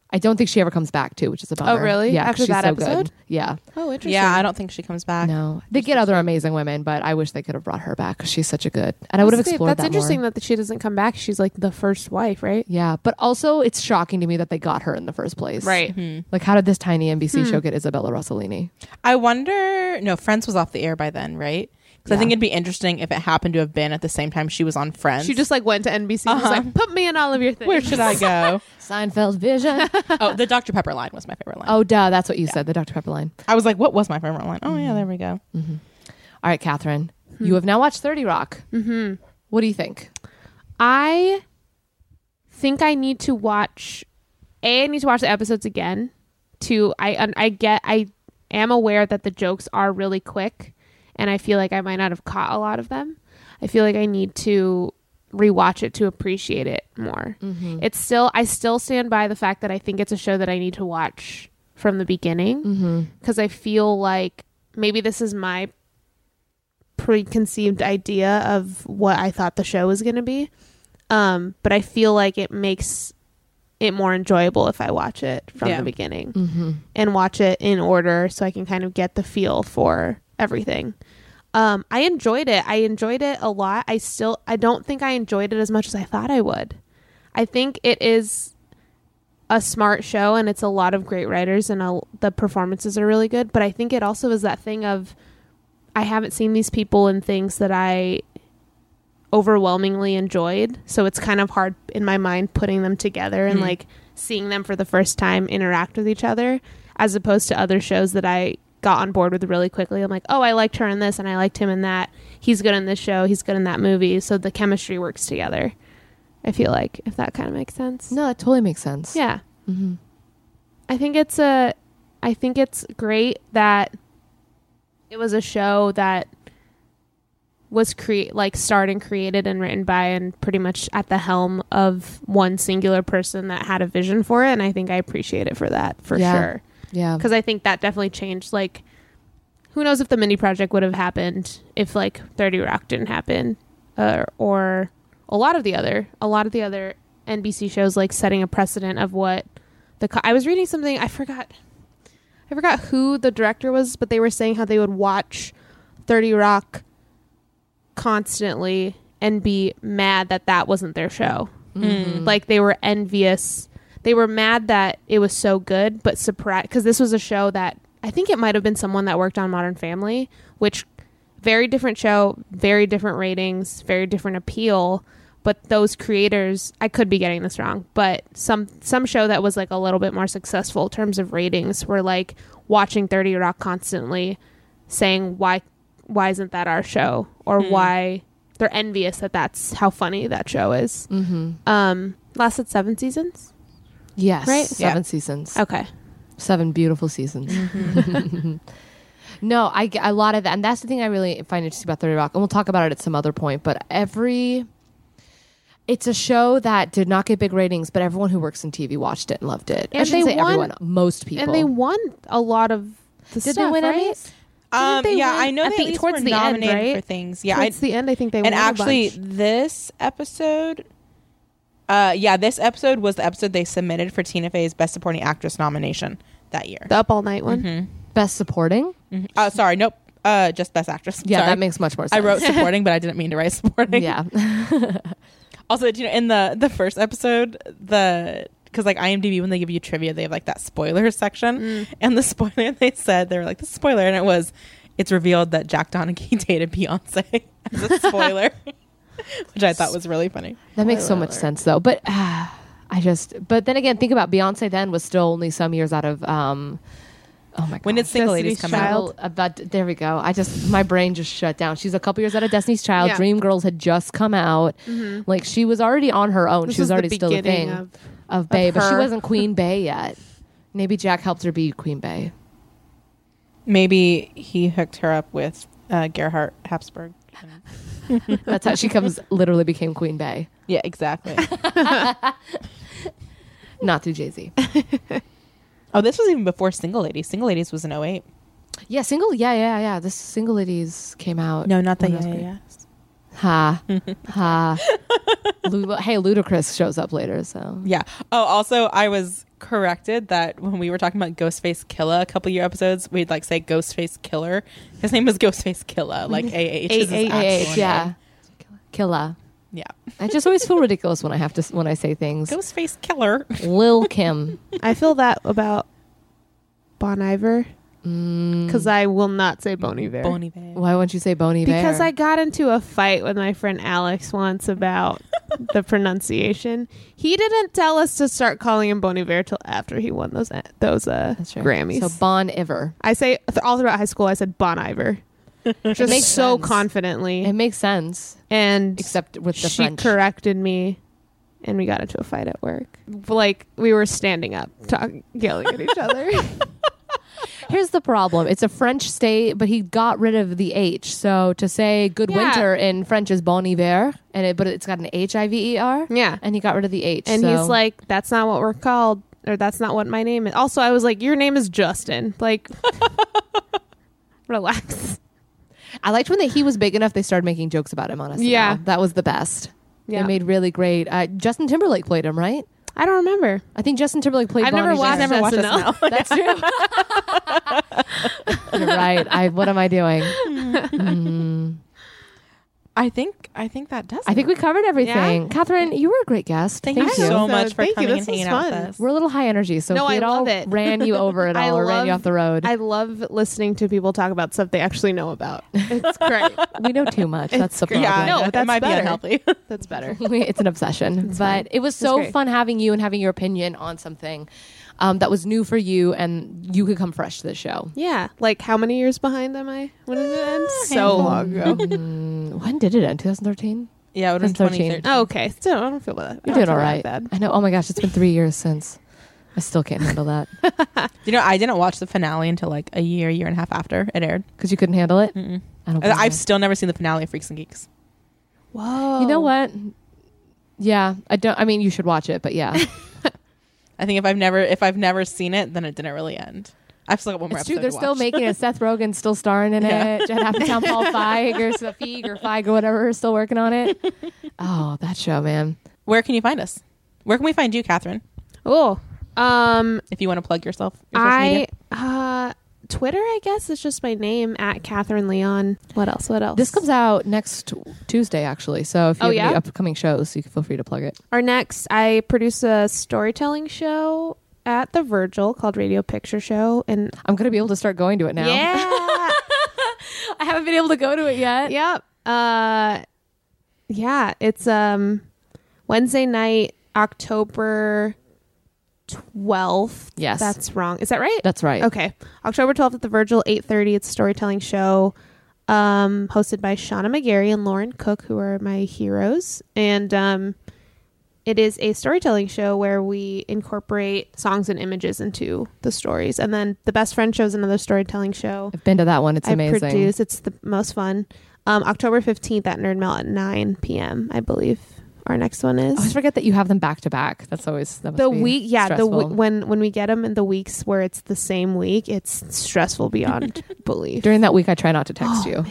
E: I don't think she ever comes back too, which is a bummer.
B: Oh, really?
E: Yeah, 'cause
B: After
E: she's
B: that
E: so good.
B: episode?
E: Yeah,
B: oh, interesting.
C: Yeah, I don't think she comes back.
E: no, they get other amazing women, but I wish they could have brought her back because she's such a good. And I would have explored
B: That's
E: that
B: interesting
E: more.
B: that she doesn't come back. She's like the first wife, right?
E: yeah, but also it's shocking to me that they got her in the first place.
B: Right. Hmm.
E: Like, how did this tiny NBC show get Isabella Rossellini?
C: I wonder. No, Friends was off the air by then, right? Because I think it'd be interesting if it happened to have been at the same time she was on Friends.
B: She just like went to NBC and
E: Uh-huh.
B: was like, "Put me in all of your things."
C: where should I go?
E: Seinfeld Vision.
C: oh, the Dr Pepper line was my favorite line.
E: oh, duh, that's what you said. The Dr Pepper line.
C: I was like, what was my favorite line? Oh
E: Mm.
C: yeah, there we go.
E: All right, Catherine,
B: Hmm.
E: you have now watched Thirty Rock. Mm-hmm. What do you think?
B: I think I need to watch. A, I need to watch the episodes again. Two, I un- I get I am aware that the jokes are really quick, and I feel like I might not have caught a lot of them. I feel like I need to rewatch it to appreciate it more. It's still I still stand by the fact that I think it's a show that I need to watch from the beginning because I feel like maybe this is my preconceived idea of what I thought the show was going to be. Um, but I feel like it makes it more enjoyable if I watch it from
C: Yeah.
B: the beginning and watch it in order so I can kind of get the feel for everything. Um, I enjoyed it. I enjoyed it a lot. I still I don't think I enjoyed it as much as I thought I would. I think it is a smart show and it's a lot of great writers and a, the performances are really good, but I think it also is that thing of I haven't seen these people in things that I overwhelmingly enjoyed. So it's kind of hard in my mind putting them together and like seeing them for the first time interact with each other as opposed to other shows that I got on board with really quickly. I'm like, oh, I liked her in this and I liked him in that. He's good in this show. He's good in that movie. So the chemistry works together. I feel like, if that kind of makes sense.
E: No, that totally makes sense.
B: Yeah. I think it's a. I think it's great that it was a show that was create like starred and created and written by and pretty much at the helm of one singular person that had a vision for it and I think I appreciate it for that for
E: Yeah.
B: sure
E: yeah.
B: because I think that definitely changed. Like, who knows if the mini project would have happened if like Thirty Rock didn't happen, uh, or a lot of the other a lot of the other NBC shows like setting a precedent of what the co- I was reading something I forgot I forgot who the director was, but they were saying how they would watch Thirty Rock constantly and be mad that that wasn't their show. Like they were envious. They were mad that it was so good, but surprised because this was a show that I think it might have been someone that worked on Modern Family, which very different show, very different ratings, very different appeal. But those creators, I could be getting this wrong, but some some show that was like a little bit more successful in terms of ratings were like watching Thirty Rock constantly, saying why why isn't that our show or
E: Hmm.
B: why they're envious that that's how funny that show is
E: Mm-hmm.
B: um lasted seven seasons
E: Yes.
B: Right?
E: Seven seasons.
B: okay
E: Seven beautiful seasons. Mm-hmm. No, I get a lot of that, and that's the thing I really find interesting about Thirty Rock, and we'll talk about it at some other point. But every, it's a show that did not get big ratings, but everyone who works in TV watched it and loved it. I
B: And
E: shouldn't
B: they
E: say
B: won-
E: everyone, most people.
B: And they won a lot of the
E: did
B: stuff,
E: they win
B: right?
E: Emmys?
C: Um,
B: they
C: yeah,
B: win-
C: I know
E: I
C: they
E: think
C: at least
E: towards
C: were
E: the end,
C: nominated
E: right?
C: for things. Yeah,
B: Towards
C: I,
B: the end, I think they won.
C: and actually
B: a bunch.
C: this episode uh yeah this episode was the episode they submitted for tina fey's best supporting actress nomination that year
B: the Up All Night one.
C: Mm-hmm.
E: Best supporting?
C: uh sorry nope uh just best actress
E: Yeah,
C: Sorry.
E: that makes much more sense.
C: i wrote supporting but i didn't mean to write supporting
E: yeah,
C: also did you know in the the first episode the because like imdb when they give you trivia they have like that spoiler section and the spoiler they said they were like the spoiler and it was it's revealed that jack donaghy dated beyonce as a spoiler which i thought was really funny
E: that makes so much sense though. But ah, I just, but then again, think about Beyonce. Then was still only some years out of. um Oh my god!
C: when did single ladies come
B: Destiny's
C: out
B: Child.
E: Well, about there we go. I just my brain just shut down. She's a couple years out of Destiny's Child.
B: Yeah. Mm-hmm.
E: Dream Girls had just come out. Like she was already on her own.
B: This
E: she was
B: is the
E: already still a
B: beginning
E: thing
B: of-
E: of, Bay, but she
C: her.
E: wasn't Queen Bay yet. Maybe Jack helped her be Queen Bay.
C: maybe he hooked her up with uh, Gerhard Habsburg.
E: That's how she comes. Literally became Queen Bay,
C: Yeah, exactly.
E: not through Jay Z.
C: oh, this was even before Single Ladies. Single Ladies was in 08.
E: Yeah, single. Yeah, yeah, yeah. This single ladies came out.
C: that.
E: when I was grade- Ha ha. Lu- hey, Ludacris shows up later. So
C: Yeah. Oh, also, I was corrected that when we were talking about Ghostface Killa a couple year episodes, we'd like say Ghostface Killer. His name was Ghostface Killa, like AH. is his
B: AH,
C: actual
E: AH,
C: name.
E: yeah, Killa.
C: Yeah.
E: I just always feel ridiculous when I have to when I say things.
C: Ghostface Killer.
E: Lil Kim.
B: I feel that about Bon Iver
E: Mm.
B: because I will not say Bon Iver.
C: Bonnie Bear.
E: Why won't you say Boney Bear?
B: because I got into a fight with my friend Alex once about the pronunciation. He didn't tell us to start calling him Bon Iver till after he won those those uh,
E: That's right.
B: Grammys.
E: So Bon Iver.
B: I say th- all throughout high school. I said Bon Iver, just
E: makes
B: so
E: sense.
B: confidently,
E: It makes sense,
B: and
E: except with the
B: she
E: French.
B: corrected me, and we got into a fight at work. Like we were standing up, talking, yelling at each other.
E: Here's the problem: it's a French state, but he got rid of the H. So to say "Good
B: Yeah.
E: Winter" in French is Bon Iver, and it, but it's got an H I V E R.
B: Yeah.
E: and he got rid of the H.
B: Hmm. And
E: so-
B: he's like, "That's not what we're called, or that's not what my name is." Also, I was like, "Your name is Justin." Like, relax.
E: I liked when they, he was big enough. They started making jokes about him on us.
B: Yeah.
E: that was the best.
B: Yeah.
E: They made really great. Uh, Justin Timberlake played him, right?
B: I don't remember.
E: I think Justin Timberlake played.
B: I've
E: Bon
B: never
E: Iver.
B: watched
C: Never watched
B: SNL.
C: SNL.
E: That's true. You're right. I what am I doing?
C: I think I think that does.
E: I think we covered everything.
B: Yeah.
E: Catherine, you were a great guest.
C: Thank, you so much for
B: Thank you.
C: coming
B: This was
C: and hanging out with
B: fun.
C: us.
E: We're a little high energy, so
B: No,
E: if we
B: I
E: had all
B: love it.
E: ran you over at all
B: I
E: or ran
B: love-
E: you off the road.
B: I love listening to people talk about stuff they actually know about. It's great.
E: we know too much. That's the problem.
C: yeah,
B: No,
C: it
B: that's
C: might be
B: better.
C: unhealthy.
B: that's better.
E: it's an obsession. but it was so
B: great.
E: fun having you and having your opinion on something um, that was new for you and you could come fresh to the show.
B: Yeah. Like, how many years behind am I? When did it end?
C: Ah,
B: So long ago.
E: When did it end? 2013?
C: yeah, it was in 2013.
E: 2013.
B: oh, okay. So I don't feel bad. I don't
E: You're doing all
B: feel that
E: right.
B: Bad.
E: I know. Oh my gosh, it's been three years since. I still can't handle that
C: You know, I didn't watch the finale until like a year, year and a half after it aired.
E: because you couldn't handle it.
C: Mm-mm.
E: I don't.
C: And
E: blame you.
C: I've still never seen the finale of Freaks and Geeks.
B: Whoa.
E: You know what? Yeah, I don't. I mean, you should watch it, but yeah,
C: I think if I've never if I've never seen it, then it didn't really end. I've still got one more.
E: it's true.
C: episode
E: They're
C: to
E: still
C: watch.
E: making it. Seth Rogen's still starring in
C: Yeah.
E: it. Judd Apatow, Paul Feig, or so Feig or Feig or whatever, is still working on it. Oh, that show, man.
C: Where can you find us? Where can we find you, Catherine?
B: Oh. Um,
C: If you want to plug yourself, your social
B: I,
C: media.
B: uh, Twitter, I guess, is just my name at Catherine Leon. What else? What else?
E: This comes out next Tuesday, actually. So if you
B: Oh,
E: have any
B: yeah?
E: upcoming shows, you can feel free to plug it.
B: Our next, I produce a storytelling show at the Virgil called Radio Picture Show, and
E: I'm gonna be able to start going to it now.
B: yeah,
E: I haven't been able to go to it yet.
B: yep, uh, yeah, it's um Wednesday night, October twelfth.
E: Yes.
B: that's wrong. Is that right?
E: That's right.
B: Okay, October twelfth at the Virgil, eight thirty. It's a storytelling show, um, hosted by Shauna McGarry and Lauren Cook, who are my heroes, and um, it is a storytelling show where we incorporate songs and images into the stories. And then The Best Friend show is another storytelling show.
E: I've been to that one. It's amazing.
B: I produce. It's the most fun. Um, October 15th at Nerd Melt at 9 p.m., I believe our next one
E: I always
B: is.
E: forget that you have them back to back. That's always that must
B: the
E: be
B: week, yeah, the
E: stressful.
B: w- when when we get them in the weeks where it's the same week, it's stressful beyond belief.
E: During that week, I try not to text you.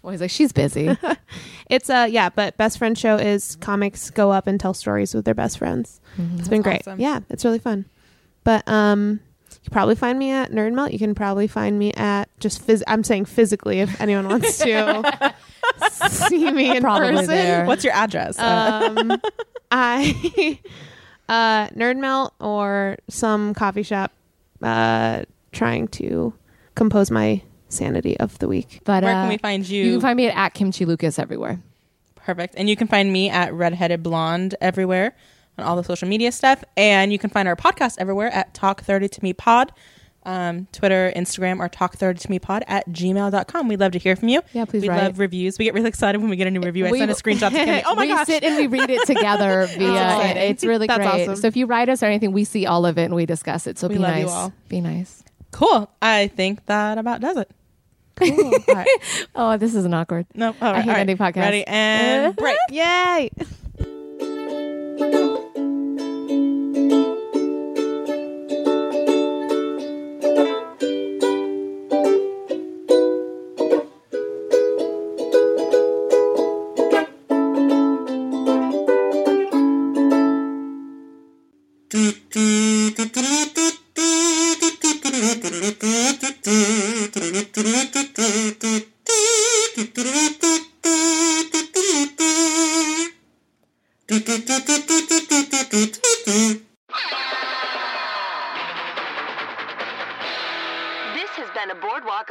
E: Always like she's busy.
B: It's uh yeah, but best friend show is comics go up and tell stories with their best friends. It's been great.
C: That's awesome.
B: Yeah, it's really fun. But um you can probably find me at Nerd Melt. You can probably find me at just phys- I'm saying physically if anyone wants to see me in
E: Probably
B: person.
E: there.
C: What's your address? Uh,
B: Um I uh Nerd Melt or some coffee shop uh trying to compose my sanity of the week.
E: But
C: Where
E: uh,
C: can we find you?
E: You can find me at, at Kimchi Lucas everywhere.
C: Perfect. And you can find me at Redheaded Blonde everywhere on all the social media stuff. And you can find our podcast everywhere at Talk 30 to Me Pod. Um, Twitter, Instagram, or talk 30 to me pod at gmail.com. We'd love to hear from you.
E: Yeah, please
C: We
E: write.
C: love reviews. We get really excited when we get a new review. I
E: We-
C: send a screenshot to Kimmy. Oh my
E: we
C: gosh.
E: sit and we read it together via.
C: exciting.
E: it's really
B: That's
E: great.
B: awesome.
E: So if you write us or anything, we see all of it and we discuss it. So
C: We
E: be
C: love
E: nice.
C: you all.
E: Be nice.
C: Cool. I think that about does it.
E: Oh, this isn't awkward.
C: No, all right.
E: hate
C: all right.
E: ending podcasts.
C: Ready and break.
B: Yay!
A: This has been a Boardwalk